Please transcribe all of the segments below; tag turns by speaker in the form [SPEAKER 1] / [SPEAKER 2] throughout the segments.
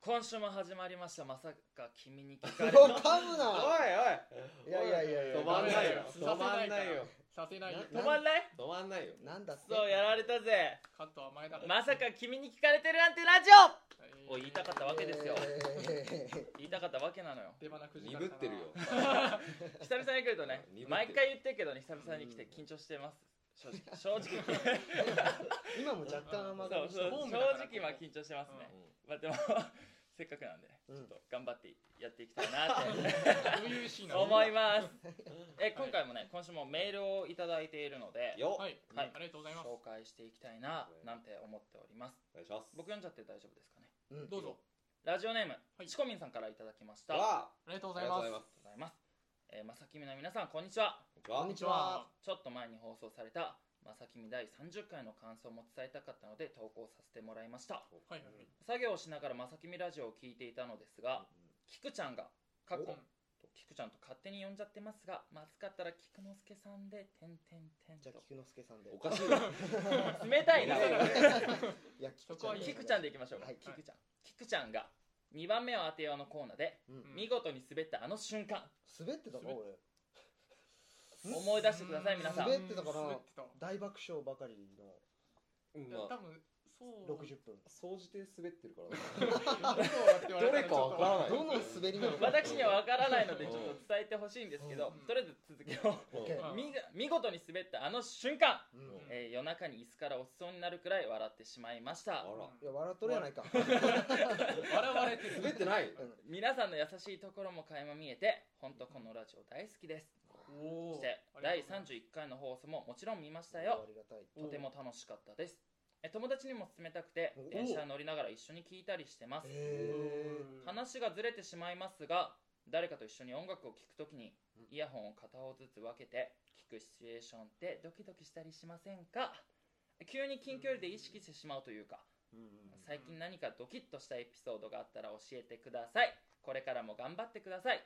[SPEAKER 1] 今週も始まりましたまさか君に聞
[SPEAKER 2] お
[SPEAKER 1] か
[SPEAKER 2] い
[SPEAKER 1] れ
[SPEAKER 2] 噛
[SPEAKER 1] る
[SPEAKER 2] む
[SPEAKER 3] おい
[SPEAKER 2] な
[SPEAKER 3] おい
[SPEAKER 2] いやいやいやいや
[SPEAKER 3] 止まんないよ
[SPEAKER 4] させ
[SPEAKER 3] 止まん
[SPEAKER 4] な
[SPEAKER 3] ないい
[SPEAKER 4] から
[SPEAKER 3] よ
[SPEAKER 4] させないよ
[SPEAKER 1] 止まん ない
[SPEAKER 3] 止まんないよ
[SPEAKER 2] なんだって
[SPEAKER 1] そうやられた ぜ
[SPEAKER 4] カットは前だ
[SPEAKER 1] まさか君に聞かれてるなんてラジ オを言いたかったわけですよ
[SPEAKER 2] えー
[SPEAKER 1] 言いたかったわけなのよ
[SPEAKER 4] 出花くじか
[SPEAKER 3] 鈍
[SPEAKER 4] れ
[SPEAKER 3] った
[SPEAKER 4] な
[SPEAKER 3] てるよ
[SPEAKER 1] 久々に来るとね
[SPEAKER 3] 鈍ってる
[SPEAKER 1] 毎回言ってるけどね久々に来て緊張してます正直 正直
[SPEAKER 2] 今も若干甘
[SPEAKER 1] そ
[SPEAKER 2] 噛
[SPEAKER 1] う
[SPEAKER 2] みし
[SPEAKER 1] そう
[SPEAKER 2] た
[SPEAKER 4] ホーム
[SPEAKER 1] 正
[SPEAKER 4] だから
[SPEAKER 1] 直まあ緊張してますね、まあでも せっかくなんでね
[SPEAKER 2] うん
[SPEAKER 1] ちょっと頑張ってやっていきたい なって
[SPEAKER 4] 余裕しいな
[SPEAKER 1] 思います え今回もね今週もメールをいただいているので
[SPEAKER 3] よ
[SPEAKER 4] はい
[SPEAKER 1] はい
[SPEAKER 4] ありがとうございます
[SPEAKER 1] 紹介していきたいななんて思っております
[SPEAKER 3] お願いします
[SPEAKER 1] 僕読んじゃって大丈夫ですかね
[SPEAKER 2] うん
[SPEAKER 4] どうぞ
[SPEAKER 1] ラジオネーム、
[SPEAKER 4] はい
[SPEAKER 1] チコミンさんからいただきましたありが
[SPEAKER 3] わあ
[SPEAKER 4] ありがとうご
[SPEAKER 3] あ
[SPEAKER 4] ざ
[SPEAKER 3] り
[SPEAKER 4] い
[SPEAKER 3] がとう
[SPEAKER 4] ま
[SPEAKER 3] ご
[SPEAKER 4] す
[SPEAKER 3] ざ
[SPEAKER 1] とうござい
[SPEAKER 3] います
[SPEAKER 1] ます、えー、まさきみの皆さんこんにちは
[SPEAKER 2] こんにちは
[SPEAKER 1] ちょっと前に放送された「まさきみ第30回」の感想も伝えたかったので投稿させてもらいました
[SPEAKER 4] はいはい
[SPEAKER 1] 作業をしながら「まさきみラジオ」を聞いていたのですがきくちゃんが「かっこ
[SPEAKER 4] うん
[SPEAKER 1] きくちゃんと勝手に呼んじゃってますがまずかったら菊之助さんで「てんてんてん」
[SPEAKER 2] じゃあ
[SPEAKER 1] と
[SPEAKER 2] 菊之助さんで
[SPEAKER 3] おかしいよ
[SPEAKER 1] 冷たいな
[SPEAKER 3] おか しいよね
[SPEAKER 2] いや菊ちゃん
[SPEAKER 1] キクちゃんでいきましょうか、
[SPEAKER 2] はい
[SPEAKER 1] キクちゃん、キクちゃんが2番目を当てようのコーナーで、
[SPEAKER 2] うん
[SPEAKER 4] うん
[SPEAKER 1] 見事に滑ったあの瞬間
[SPEAKER 2] 滑ってたか
[SPEAKER 4] 滑っ
[SPEAKER 2] 俺
[SPEAKER 1] 思い出してください皆さん
[SPEAKER 2] 滑ってたかな
[SPEAKER 4] 滑ってた
[SPEAKER 2] 大爆笑ばかりの
[SPEAKER 3] うん
[SPEAKER 4] いや
[SPEAKER 3] ま
[SPEAKER 4] 多
[SPEAKER 3] あ
[SPEAKER 4] 分そう
[SPEAKER 2] 60分
[SPEAKER 3] 総じて滑ってるから
[SPEAKER 4] ど
[SPEAKER 3] どれかわからない
[SPEAKER 2] どの滑りなのか
[SPEAKER 1] 私には分からないのでちょっと伝えてほしいんですけど、
[SPEAKER 4] うん
[SPEAKER 1] とりあえず続きを、
[SPEAKER 3] うん
[SPEAKER 2] OK
[SPEAKER 4] うん
[SPEAKER 1] 見が見事に滑ったあの瞬間、
[SPEAKER 2] うん
[SPEAKER 3] うん
[SPEAKER 1] えー
[SPEAKER 2] い
[SPEAKER 1] 夜中に椅子から落ちそうになるくらい笑ってしまいました
[SPEAKER 3] あら
[SPEAKER 2] や笑っとるやないかうん
[SPEAKER 4] 笑われて
[SPEAKER 3] 滑
[SPEAKER 4] る
[SPEAKER 3] ってない
[SPEAKER 1] 皆さんの優しいところも垣間見えて本当このラジオ大好きですそ
[SPEAKER 4] おお
[SPEAKER 1] して第31回の放送ももちろん見ましたよ
[SPEAKER 2] ありがたい
[SPEAKER 1] とても楽しかったですえ友達にも勧めたくて
[SPEAKER 2] お
[SPEAKER 1] 電車乗りながら一緒に聴いたりしてます
[SPEAKER 2] え
[SPEAKER 1] 話がずれてしまいますが誰かと一緒に音楽を聴くときに
[SPEAKER 2] うん
[SPEAKER 1] イヤホンを片方ずつ分けて聴くシチュエーションってドキドキしたりしませんか急に近距離で意識してしまうというか
[SPEAKER 2] ーうん
[SPEAKER 1] 最近何かドキッとしたエピソードがあったら教えてくださいこれからも頑張ってください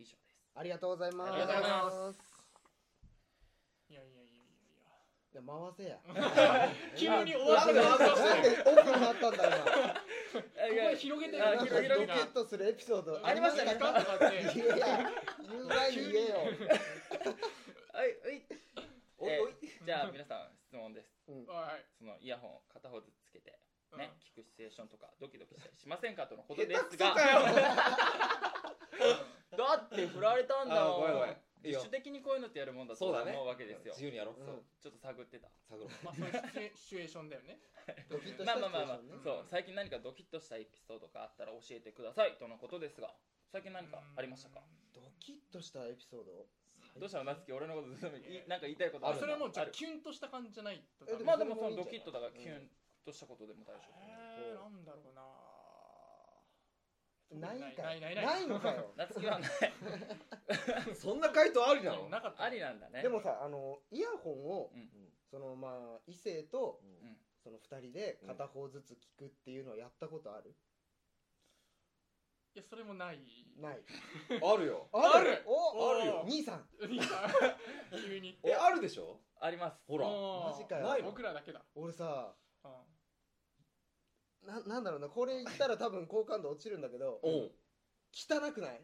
[SPEAKER 1] 以上です
[SPEAKER 2] ありがとうございます
[SPEAKER 1] ありがとうござい
[SPEAKER 2] す
[SPEAKER 4] いやいやいやいやいや
[SPEAKER 2] いや回せや
[SPEAKER 4] 急に終わった
[SPEAKER 2] なんでなんでオフになったんだ今
[SPEAKER 4] ここは広げて
[SPEAKER 1] あ
[SPEAKER 2] なんか
[SPEAKER 1] 広げて
[SPEAKER 2] ロケットするエピソード
[SPEAKER 1] ありましたね
[SPEAKER 2] ね
[SPEAKER 4] カットがあって
[SPEAKER 2] いや言う前に言えよ、
[SPEAKER 1] はいはい
[SPEAKER 3] おい
[SPEAKER 1] えー
[SPEAKER 3] おい
[SPEAKER 1] じゃあ皆さん質問です
[SPEAKER 2] うん
[SPEAKER 4] はい
[SPEAKER 1] そのイヤホンを片方ずつつけて
[SPEAKER 4] うん
[SPEAKER 1] ね、聞くシチュエーションとかドキドキしたりしませんかとのことで
[SPEAKER 3] 下手
[SPEAKER 1] す
[SPEAKER 3] くそ
[SPEAKER 1] が
[SPEAKER 3] かよ
[SPEAKER 1] だって振られたんだ
[SPEAKER 3] あ
[SPEAKER 1] もん
[SPEAKER 3] ごめんごめんいい
[SPEAKER 1] 自主
[SPEAKER 3] よ
[SPEAKER 1] 的にこういうのってやるもんだと
[SPEAKER 3] そう
[SPEAKER 1] 思
[SPEAKER 3] だね
[SPEAKER 1] うわけですよ、
[SPEAKER 3] 自由にやろう
[SPEAKER 2] うん
[SPEAKER 3] そ
[SPEAKER 1] ちょ
[SPEAKER 3] う
[SPEAKER 1] っと探ってた
[SPEAKER 3] 探ろう
[SPEAKER 4] まあそういうシチュエ シチュエーションだよね
[SPEAKER 2] ドキッとし
[SPEAKER 1] ま
[SPEAKER 2] た
[SPEAKER 1] あ
[SPEAKER 2] シチ
[SPEAKER 1] まあ
[SPEAKER 2] ュ
[SPEAKER 1] まあまあ
[SPEAKER 2] エーションね、
[SPEAKER 1] そう最近何かドキッとしたエピソードがあったら教えてくださいとのことですが最近何かありましたか
[SPEAKER 2] ドキッとしたエピソード
[SPEAKER 1] どうしたの夏希俺のことずっとい
[SPEAKER 4] いや
[SPEAKER 1] なんか言いたいことあ
[SPEAKER 4] あ
[SPEAKER 1] るんだ
[SPEAKER 4] それはもうじゃあ
[SPEAKER 1] ある
[SPEAKER 4] キュンとした感じじゃないと
[SPEAKER 2] えでも
[SPEAKER 1] まあ
[SPEAKER 4] ま
[SPEAKER 1] でもその
[SPEAKER 2] それもいい
[SPEAKER 1] ドキ
[SPEAKER 2] んじゃない
[SPEAKER 1] ッとだから
[SPEAKER 2] うん
[SPEAKER 1] キュンとしたことでも大丈夫
[SPEAKER 4] えー、なんだろうな
[SPEAKER 2] ないんか
[SPEAKER 4] ないいないない
[SPEAKER 2] ないんかよ
[SPEAKER 1] 夏希はない
[SPEAKER 3] そんな回答ありなの
[SPEAKER 4] なかった
[SPEAKER 1] ありなんだね
[SPEAKER 2] でもさあのイヤホンを、
[SPEAKER 1] うん
[SPEAKER 2] そのまあ異性と
[SPEAKER 3] うん
[SPEAKER 2] その二人で片方ずつ聞くっていうのをやったことある、
[SPEAKER 4] いやそれもない
[SPEAKER 2] ない
[SPEAKER 3] あるよ
[SPEAKER 4] ある
[SPEAKER 2] お
[SPEAKER 3] あるよ
[SPEAKER 2] 兄さん
[SPEAKER 4] いいか急に
[SPEAKER 3] えあるでしょ
[SPEAKER 1] あります
[SPEAKER 3] ほら
[SPEAKER 4] もう
[SPEAKER 2] マジかよ
[SPEAKER 3] ないの
[SPEAKER 4] 僕らだけだ、
[SPEAKER 2] 俺さ
[SPEAKER 4] うん
[SPEAKER 2] ななんだろうなこれ言ったら多分好感度落ちるんだけど
[SPEAKER 3] おん
[SPEAKER 2] 汚くない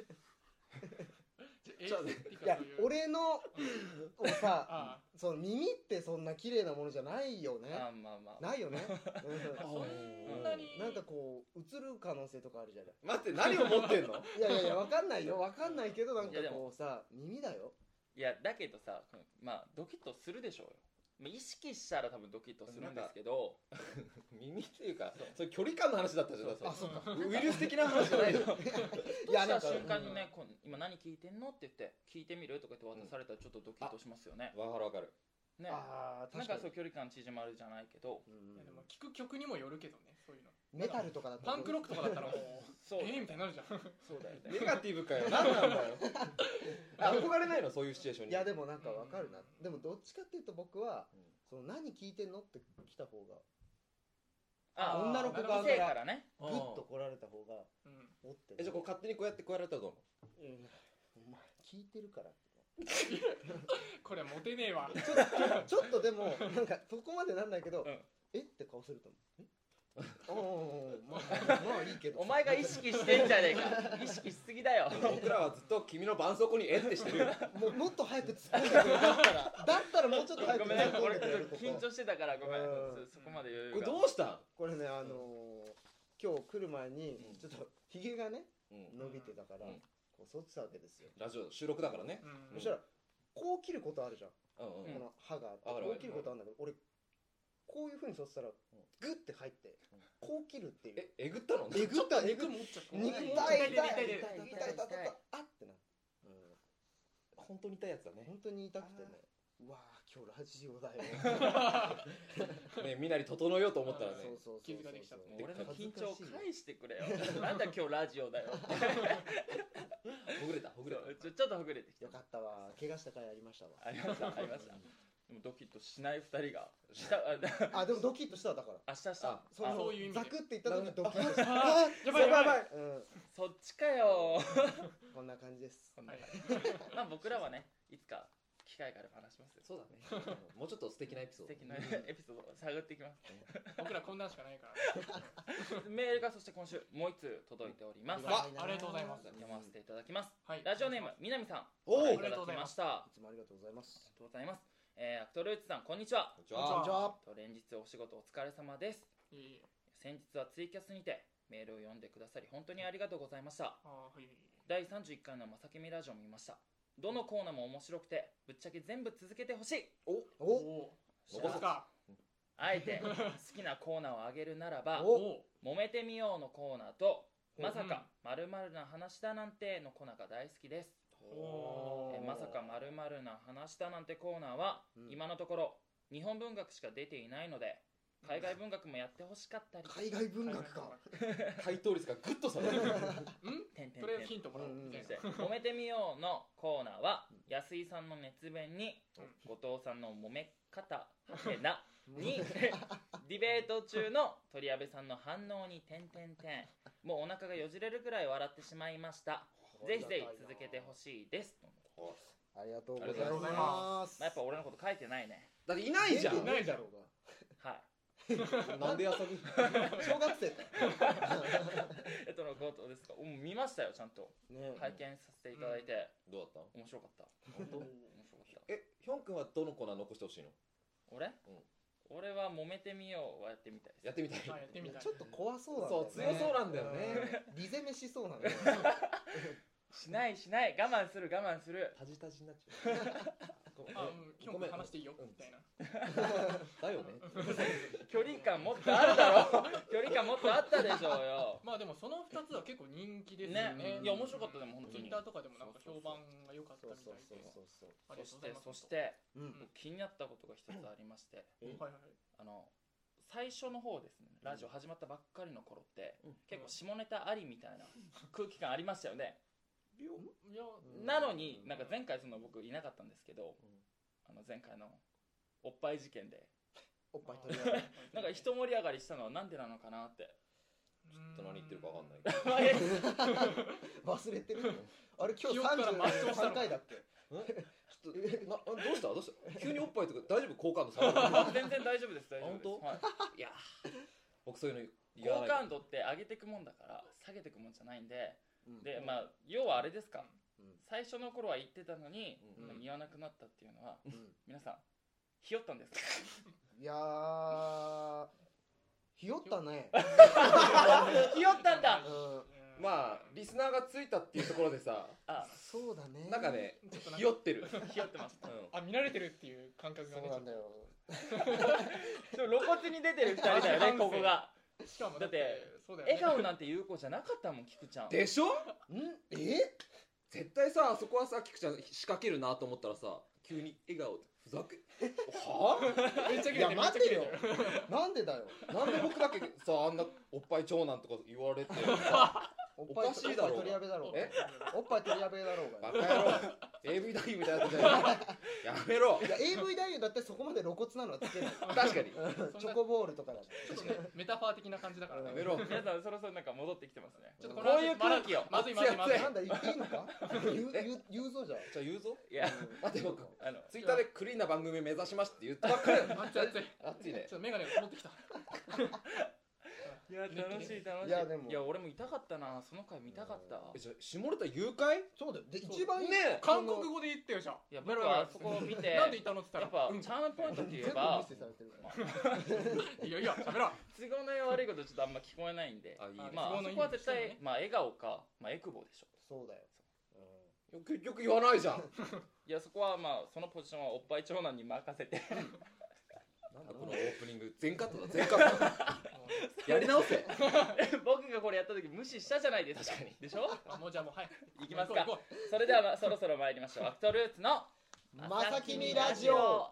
[SPEAKER 4] じゃえ
[SPEAKER 3] ちょっと
[SPEAKER 4] いいか
[SPEAKER 2] いや
[SPEAKER 4] そういう
[SPEAKER 2] 俺のをさ
[SPEAKER 4] あ
[SPEAKER 2] その耳ってそんな綺麗なものじゃないよね
[SPEAKER 1] あまあまあ
[SPEAKER 2] ないよね、
[SPEAKER 4] あ
[SPEAKER 2] う
[SPEAKER 4] そんなに
[SPEAKER 2] ん、なんかこう映る可能性とかあるじゃない
[SPEAKER 3] 待って何を持ってんの
[SPEAKER 2] いやいやいやわかんないよわかんないけどなん
[SPEAKER 1] い
[SPEAKER 2] か
[SPEAKER 1] やでも
[SPEAKER 2] こうさ耳だよ
[SPEAKER 1] いやだけどさこのまあドキッとするでしょうよまあ意識したら多分ドキッとするんですけど
[SPEAKER 3] 耳っていうかそれ距離感の話だったじゃんだって
[SPEAKER 2] あそうか
[SPEAKER 3] ウイルス的な話じゃない じゃん
[SPEAKER 2] い
[SPEAKER 1] いや
[SPEAKER 2] や
[SPEAKER 1] な
[SPEAKER 2] なんん
[SPEAKER 1] か
[SPEAKER 2] か
[SPEAKER 1] 瞬間にね、こう今何聞いてんのって言って聞いてみるとか言って渡されたらちょっとドキッとしますよね、
[SPEAKER 3] わかるわかる
[SPEAKER 1] ね
[SPEAKER 2] あー
[SPEAKER 1] なんか
[SPEAKER 2] 確か
[SPEAKER 1] そう
[SPEAKER 2] に
[SPEAKER 1] 距離感縮まるじゃないけど
[SPEAKER 2] うん
[SPEAKER 4] いやでも聞く曲にもよるけどねそういうの
[SPEAKER 2] メタルとかだったら
[SPEAKER 4] パンクロックとかだったらもう
[SPEAKER 1] そう
[SPEAKER 4] ええみたいになるじゃん
[SPEAKER 1] そうだよね
[SPEAKER 3] ネガティブかよ何なんだよ憧れないのそういうシチュエーション
[SPEAKER 2] い
[SPEAKER 3] に
[SPEAKER 2] やでもなんかわかるな
[SPEAKER 4] うん
[SPEAKER 2] でもどっちかっていうと僕は
[SPEAKER 3] うん
[SPEAKER 2] その何聞いてんのって来た方
[SPEAKER 1] あ
[SPEAKER 2] 女の子
[SPEAKER 1] 異
[SPEAKER 2] 側から
[SPEAKER 1] 性からね
[SPEAKER 2] がグッと来られた方が
[SPEAKER 4] うん
[SPEAKER 2] おって
[SPEAKER 3] えじゃあこう勝手にこうやってこうやられたらどう
[SPEAKER 2] うんお前聞いてるから
[SPEAKER 4] これモテねえわ
[SPEAKER 2] ちょっとちょっとでもなんかそこまでなんないけど、
[SPEAKER 1] うん
[SPEAKER 2] えって顔すると思うえおうおうおまあいいけど
[SPEAKER 1] お前が意識してんじゃねえ か意識しすぎだよ
[SPEAKER 3] 僕らはずっと君の絆創膏にえってしてるよ
[SPEAKER 2] もうもっと早く突っ込んでくれだったらだったらもうちょっと早く
[SPEAKER 1] ごめん
[SPEAKER 2] 突っ込 ん
[SPEAKER 1] 俺
[SPEAKER 2] でくれるこ
[SPEAKER 1] 緊
[SPEAKER 2] こ
[SPEAKER 1] 張してたからごめん
[SPEAKER 2] うん
[SPEAKER 1] そそこまで余裕
[SPEAKER 3] これ
[SPEAKER 1] が
[SPEAKER 3] どうしたん
[SPEAKER 2] これねあのー今日来る前に
[SPEAKER 3] うん
[SPEAKER 2] ちょっとひげがね
[SPEAKER 3] うん
[SPEAKER 2] 伸びてたから
[SPEAKER 3] うん
[SPEAKER 2] こう剃ってたわけですよ
[SPEAKER 3] ラジオ収録だからね
[SPEAKER 4] うん
[SPEAKER 2] そしたらこう切ることあるじゃん
[SPEAKER 3] うんうん
[SPEAKER 2] この歯があって
[SPEAKER 3] わかる
[SPEAKER 2] こ
[SPEAKER 3] わ
[SPEAKER 2] う
[SPEAKER 3] か
[SPEAKER 2] 切
[SPEAKER 3] る
[SPEAKER 2] ることあるんだけど俺こういうふうに剃ってたらグッて入って
[SPEAKER 3] うん
[SPEAKER 2] こう切るっていう
[SPEAKER 3] ええぐったの
[SPEAKER 2] えぐったえぐ
[SPEAKER 4] 肉
[SPEAKER 2] っ
[SPEAKER 4] 持っちゃった
[SPEAKER 2] 肉痛い痛い
[SPEAKER 3] 痛
[SPEAKER 2] 痛い
[SPEAKER 4] 痛
[SPEAKER 2] 痛い痛
[SPEAKER 4] い痛い
[SPEAKER 2] い痛い
[SPEAKER 4] 痛い
[SPEAKER 2] 痛い痛いあってなうん
[SPEAKER 3] 本当に痛いやつだね
[SPEAKER 2] 本当に痛くてねうわー今日ラジオだよ
[SPEAKER 3] ね身なり整えようと思ったらね
[SPEAKER 2] そうそうそう
[SPEAKER 4] 傷ができちゃった
[SPEAKER 1] もう
[SPEAKER 2] そう
[SPEAKER 1] 俺の緊張を
[SPEAKER 2] 恥ずかしいよ
[SPEAKER 1] 返してくれよなんだ今日ラジオだよ
[SPEAKER 3] ほぐれたほぐれた
[SPEAKER 1] ちょちょっとほぐれてきた
[SPEAKER 2] よかったわ怪我した回ありましたわ
[SPEAKER 1] ありましたありましたでもドキッとしない二人がしたあ
[SPEAKER 2] あでもドキッとしただから
[SPEAKER 1] 明日した
[SPEAKER 3] あ
[SPEAKER 2] その
[SPEAKER 4] そういう意味で
[SPEAKER 2] ザクって言った時にドキッとし
[SPEAKER 4] あ
[SPEAKER 2] た
[SPEAKER 4] あ
[SPEAKER 2] あ
[SPEAKER 4] やばいやばい
[SPEAKER 2] ばいうん
[SPEAKER 1] そっちかよ
[SPEAKER 2] こんな感じです
[SPEAKER 1] こんな
[SPEAKER 4] はい
[SPEAKER 1] 感じまあ僕らはねいつか機会があれば話しますよ
[SPEAKER 3] そうだねもうちょっと素敵なエピソ
[SPEAKER 1] 素
[SPEAKER 3] ード
[SPEAKER 1] 敵なエピソードを探っていきます
[SPEAKER 4] 僕らこんなんしかないから
[SPEAKER 1] メールがそして今週もう一通届いております
[SPEAKER 4] うわありがとうございます
[SPEAKER 1] 読ませていただきます
[SPEAKER 4] はい
[SPEAKER 1] ラジオネーム南さんい
[SPEAKER 3] おお
[SPEAKER 4] あ
[SPEAKER 3] こん
[SPEAKER 4] り
[SPEAKER 1] ただ
[SPEAKER 4] がとうご
[SPEAKER 1] き
[SPEAKER 4] ざいま
[SPEAKER 1] ますしたあ
[SPEAKER 2] いつもありがとうございます
[SPEAKER 1] りがとうございますえーアクトルーツさんこんにちは
[SPEAKER 3] にちは
[SPEAKER 4] こんにちは
[SPEAKER 1] と連日お仕事お疲れ様です
[SPEAKER 4] いえいえ
[SPEAKER 1] 先日はツイキャスにてメールを読んでくださり本当にありがとうございました
[SPEAKER 4] ああはい
[SPEAKER 1] 第31回の「まさきみラジオ」見ましたどのコーナーも面白くてぶっちゃけ全部続けてほしい
[SPEAKER 4] お
[SPEAKER 2] お
[SPEAKER 4] お
[SPEAKER 1] そう
[SPEAKER 4] どうですか
[SPEAKER 1] あえて好きなコーナーをあげるなら ば
[SPEAKER 2] お
[SPEAKER 4] お
[SPEAKER 1] 「揉めてみよう」のコーナーと「
[SPEAKER 2] お
[SPEAKER 1] まさか〇〇な話だなんて」のコーナーが大好きです
[SPEAKER 4] お
[SPEAKER 1] えーまさか〇〇な話だなんてコーナーは、
[SPEAKER 2] うん
[SPEAKER 1] 今のところ日本文学しか出ていないので海外文学もやってほしかったり
[SPEAKER 2] 海外文学か
[SPEAKER 3] 回答率がグッと下がる
[SPEAKER 4] うん
[SPEAKER 1] てんてん
[SPEAKER 4] とりあえ
[SPEAKER 1] て
[SPEAKER 4] ず
[SPEAKER 1] ん
[SPEAKER 4] ヒントもらおうみたい
[SPEAKER 1] そして
[SPEAKER 4] な
[SPEAKER 1] 揉めてみよう」のコーナーは
[SPEAKER 2] うん
[SPEAKER 1] 安井さんの熱弁に
[SPEAKER 4] うん
[SPEAKER 1] 後藤さんの揉め方はてなに ディベート中の鳥矢部さんの反応に点点点もうお腹がよじれるくらい笑ってしまいましたぜひぜひ続けてほしいです、
[SPEAKER 2] ありがとうご
[SPEAKER 3] ご
[SPEAKER 2] ざ
[SPEAKER 3] ざ
[SPEAKER 2] い
[SPEAKER 3] い
[SPEAKER 2] ま
[SPEAKER 4] ます
[SPEAKER 1] まあ、やっぱ俺のこと書いてないね
[SPEAKER 3] だっていないじゃ
[SPEAKER 2] 出
[SPEAKER 3] ん
[SPEAKER 2] てないだろうが
[SPEAKER 1] はい
[SPEAKER 3] なんで遊ぶ
[SPEAKER 2] 小学生か
[SPEAKER 1] えっとのことですかうん見ましたよちゃんと
[SPEAKER 2] ね
[SPEAKER 1] 拝見させていただいて、
[SPEAKER 3] どうだったの
[SPEAKER 1] 面白かった
[SPEAKER 3] 本当
[SPEAKER 1] 面白かった
[SPEAKER 3] えヒョン君はどのコーナー残してほしいの
[SPEAKER 1] 俺、俺は揉めてみようはやってみたいです
[SPEAKER 3] やってみたい
[SPEAKER 4] あやってみたい
[SPEAKER 2] ちょっと怖そうだね
[SPEAKER 3] そう強そうなんだよね
[SPEAKER 2] うんリゼメしそうなんだよね
[SPEAKER 1] しないしない我慢する我慢する
[SPEAKER 3] タジタジになっちゃう
[SPEAKER 4] あうんヒョン君話していいよ
[SPEAKER 3] うん
[SPEAKER 4] みたいな
[SPEAKER 3] だよね
[SPEAKER 1] 距離感もっとあるだろ 距離感もっとあったでしょうよ
[SPEAKER 4] まあでもその二つは結構人気ですよ
[SPEAKER 1] ね
[SPEAKER 4] ね
[SPEAKER 1] いや面白かったでも本当
[SPEAKER 4] ツイ
[SPEAKER 1] に
[SPEAKER 4] ッターとかでもなんか評判が良かった
[SPEAKER 2] そう
[SPEAKER 4] みた
[SPEAKER 2] そう
[SPEAKER 4] い
[SPEAKER 2] そう
[SPEAKER 4] で
[SPEAKER 2] そうそう
[SPEAKER 4] あ
[SPEAKER 1] そ
[SPEAKER 4] りがとう
[SPEAKER 1] し
[SPEAKER 4] ござい
[SPEAKER 1] て
[SPEAKER 4] ます
[SPEAKER 1] そして
[SPEAKER 2] うん
[SPEAKER 1] 僕気になったことが一つありまして
[SPEAKER 2] て
[SPEAKER 4] はいはい
[SPEAKER 1] あの最初の方ですねラジオ始まったばっかりの頃って、
[SPEAKER 3] うん
[SPEAKER 1] 結構下ネタありみたいな空気感ありましたよね、
[SPEAKER 4] いや
[SPEAKER 2] うん
[SPEAKER 1] なのになんか前回その僕いなかったんですけど、あの前回のおっぱい事件で
[SPEAKER 2] おっぱい取り上げる
[SPEAKER 1] なんか一盛り上がりしたのはなんでなのかなって
[SPEAKER 3] ちょっと何言ってるかわかんない
[SPEAKER 4] い
[SPEAKER 3] けど
[SPEAKER 2] 忘れてるあれ今日
[SPEAKER 4] 記憶から抹消した
[SPEAKER 2] 33
[SPEAKER 4] の
[SPEAKER 2] 回だっけ
[SPEAKER 3] ちょっとなどうしたどうした急におっぱいとか大丈夫好感度下がる
[SPEAKER 1] 全然大丈夫です大丈夫です
[SPEAKER 3] 本当
[SPEAKER 1] はい
[SPEAKER 3] いや僕そういうの言わ
[SPEAKER 1] 好
[SPEAKER 3] ない
[SPEAKER 1] 感度って上げていくもんだから下げていくもんじゃないんで
[SPEAKER 2] うん
[SPEAKER 1] でまあ要はあれですか、
[SPEAKER 2] うん
[SPEAKER 1] 最初の頃は言ってたのに、
[SPEAKER 3] うん
[SPEAKER 1] 言わなくなったっていうのは
[SPEAKER 2] うん
[SPEAKER 1] 皆さんひよったんですか
[SPEAKER 2] いやーひよったね
[SPEAKER 1] ひよったんだ
[SPEAKER 2] うん
[SPEAKER 3] まあリスナーがついたっていうところでさ
[SPEAKER 1] あ
[SPEAKER 2] そうだね
[SPEAKER 3] なんかね
[SPEAKER 4] ちょっとなん
[SPEAKER 3] ひ
[SPEAKER 4] か
[SPEAKER 3] よってる
[SPEAKER 1] ひよってました
[SPEAKER 3] う
[SPEAKER 4] あ見られてるっていう感覚が
[SPEAKER 2] そ
[SPEAKER 4] ね
[SPEAKER 2] うなんだよ
[SPEAKER 1] ちょ露骨に出てる2人だよねここが
[SPEAKER 4] しかも
[SPEAKER 1] だ
[SPEAKER 4] だ
[SPEAKER 1] っ
[SPEAKER 4] っててそうだよね
[SPEAKER 1] 笑顔なんて有効じゃなかったもん菊ちゃん
[SPEAKER 3] んでしょ
[SPEAKER 2] んえ
[SPEAKER 3] 絶対さあそこはさ菊ちゃん仕掛けるなと思ったらさ急に笑顔でふざけは
[SPEAKER 4] めっちゃ切れてる
[SPEAKER 2] いや待てよ
[SPEAKER 4] めっちゃ切れ
[SPEAKER 2] なんでだよ
[SPEAKER 3] あなんで僕だけさあんなおっぱい長男とか言 われてさ
[SPEAKER 2] おっぱい
[SPEAKER 3] おかしいだろうが
[SPEAKER 2] おっぱい取り上げだろうがおっぱい取り上げだろうが
[SPEAKER 3] えバカ野郎 AV 男優みたいなやつじゃないやめろ
[SPEAKER 2] いや AV 男優だってそこまで露骨なのはつけない
[SPEAKER 3] 確かに
[SPEAKER 4] そんな
[SPEAKER 2] チョコボールとかだ
[SPEAKER 4] ちょっとねメタファー的な感じだから
[SPEAKER 3] や
[SPEAKER 4] ね
[SPEAKER 3] めろ
[SPEAKER 1] 皆さんそろそろなんか戻ってきてますね
[SPEAKER 4] ちょっと
[SPEAKER 1] こ
[SPEAKER 4] この話
[SPEAKER 1] ういう空気を
[SPEAKER 4] まずいまずいまずい
[SPEAKER 3] 熱い熱い
[SPEAKER 2] なんだ言っていいのか言う言う言うぞじゃ
[SPEAKER 3] じゃあ言うぞ
[SPEAKER 1] いや
[SPEAKER 2] あ
[SPEAKER 3] 待って僕
[SPEAKER 1] あの
[SPEAKER 3] ツイッターでクリーンな番組目指しますって言ったばっかりだよ
[SPEAKER 4] 熱い熱い
[SPEAKER 3] 熱いね
[SPEAKER 4] ちょっとメガネが曇ってきた
[SPEAKER 5] いや楽しい楽しい
[SPEAKER 2] いやでも
[SPEAKER 5] いや俺も痛かったなその回見たかった
[SPEAKER 6] えじゃあ下ネタ誘拐
[SPEAKER 2] そうだよで
[SPEAKER 4] そう
[SPEAKER 2] 一番いい
[SPEAKER 6] ね
[SPEAKER 4] 韓国語で言ってよじゃあ
[SPEAKER 5] いや僕はそこを見てや
[SPEAKER 4] なんで言ったのって言
[SPEAKER 5] っ
[SPEAKER 4] ったら
[SPEAKER 5] ぱチャームポイントって言え
[SPEAKER 2] 全部
[SPEAKER 5] ば
[SPEAKER 2] 無視されてるから
[SPEAKER 4] 「いやいや喋らん
[SPEAKER 5] 都合の悪いことちょっとあんま聞こえないんで
[SPEAKER 6] あいいね
[SPEAKER 5] まあ
[SPEAKER 4] 都
[SPEAKER 5] あ
[SPEAKER 4] 合の
[SPEAKER 5] そ
[SPEAKER 4] いい
[SPEAKER 5] こは絶対まあ笑顔かまあエクボでしょ
[SPEAKER 2] そうだよ
[SPEAKER 6] よ結局言わないじゃん
[SPEAKER 5] いやそこはまあそのポジションはおっぱい長男に任せて
[SPEAKER 6] なんだこのオープニング全カットだ全カットやり直せ
[SPEAKER 5] 僕がこれやった時無視したじゃないですか
[SPEAKER 6] 確かに
[SPEAKER 5] でしょ
[SPEAKER 4] あもうじゃあもうはい
[SPEAKER 5] いきますか
[SPEAKER 4] 行こう
[SPEAKER 5] それでは、まあ、そろそろ参りましょうアクトルーツの
[SPEAKER 2] まさきみラジオ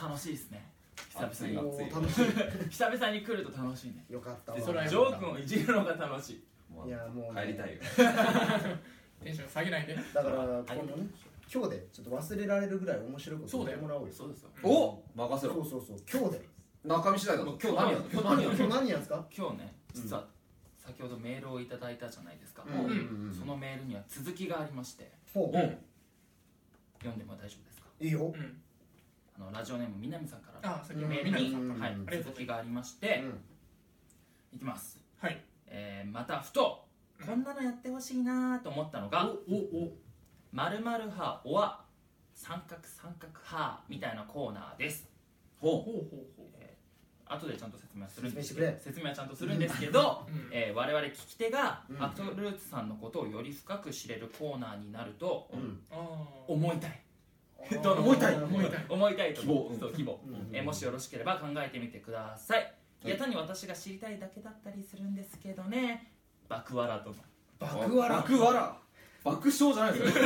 [SPEAKER 1] 楽しいですね久々
[SPEAKER 6] お
[SPEAKER 1] に
[SPEAKER 2] お
[SPEAKER 6] ー
[SPEAKER 2] 楽し
[SPEAKER 1] 久々に来ると楽しいね
[SPEAKER 2] いよかった
[SPEAKER 1] で
[SPEAKER 2] わ
[SPEAKER 1] ジ
[SPEAKER 4] れは
[SPEAKER 1] ョー君をいじるのが楽しい
[SPEAKER 2] いやもうね、
[SPEAKER 3] 帰りたいよ
[SPEAKER 4] 行こうテンション下げないで
[SPEAKER 2] だからこのね今日でちょっと忘れられるぐらい面白いこと言ってもらおうよ
[SPEAKER 1] そうですよ
[SPEAKER 6] お
[SPEAKER 3] 任せ
[SPEAKER 2] そ
[SPEAKER 3] ろ
[SPEAKER 2] うそうそう今日で
[SPEAKER 6] 中身次第だぞ
[SPEAKER 1] 今日何や今日何や
[SPEAKER 2] 今日何やんすか
[SPEAKER 1] 今日ね実は先ほどメールをいただいたじゃないですか、
[SPEAKER 2] うんうんうん
[SPEAKER 1] そのメールには続きがありまして
[SPEAKER 2] ほう、
[SPEAKER 1] 読んでも大丈夫ですか
[SPEAKER 2] いいよ
[SPEAKER 4] うん
[SPEAKER 1] あのラジオネーム南さんから
[SPEAKER 4] あさっき
[SPEAKER 2] うん
[SPEAKER 4] メ
[SPEAKER 1] メール
[SPEAKER 4] ール
[SPEAKER 1] に、
[SPEAKER 4] に
[SPEAKER 2] うん
[SPEAKER 1] はい
[SPEAKER 2] うん、
[SPEAKER 1] 続きがありまして、
[SPEAKER 2] う
[SPEAKER 1] いきます、
[SPEAKER 4] はい
[SPEAKER 1] えーまたふとこんなのやってほしいなと思ったのが「おおおまるまる派おわ三角三角派」みたいなコーナーです
[SPEAKER 4] ほう
[SPEAKER 3] ほ
[SPEAKER 4] ほうほ
[SPEAKER 1] 後でちゃんと説明はするんです
[SPEAKER 2] 説明して
[SPEAKER 1] 説明はちゃんとするんですけど、
[SPEAKER 4] ううん
[SPEAKER 1] えー我々聞き手が
[SPEAKER 2] うん
[SPEAKER 1] アクトルーツさんのことをより深く知れるコーナーになると
[SPEAKER 2] んうん
[SPEAKER 4] あー
[SPEAKER 1] 思いたい
[SPEAKER 4] ー
[SPEAKER 1] どう
[SPEAKER 2] 思いたい
[SPEAKER 4] 思いたい
[SPEAKER 1] 思いたいと思う
[SPEAKER 3] 希望
[SPEAKER 1] そう希望、
[SPEAKER 2] うん
[SPEAKER 1] えーもしよろしければ考えてみてください、
[SPEAKER 3] はい
[SPEAKER 1] いや単に私が知りたいだけだったりするんですけどね爆笑と
[SPEAKER 2] 爆笑
[SPEAKER 3] 爆笑爆笑じゃないですよ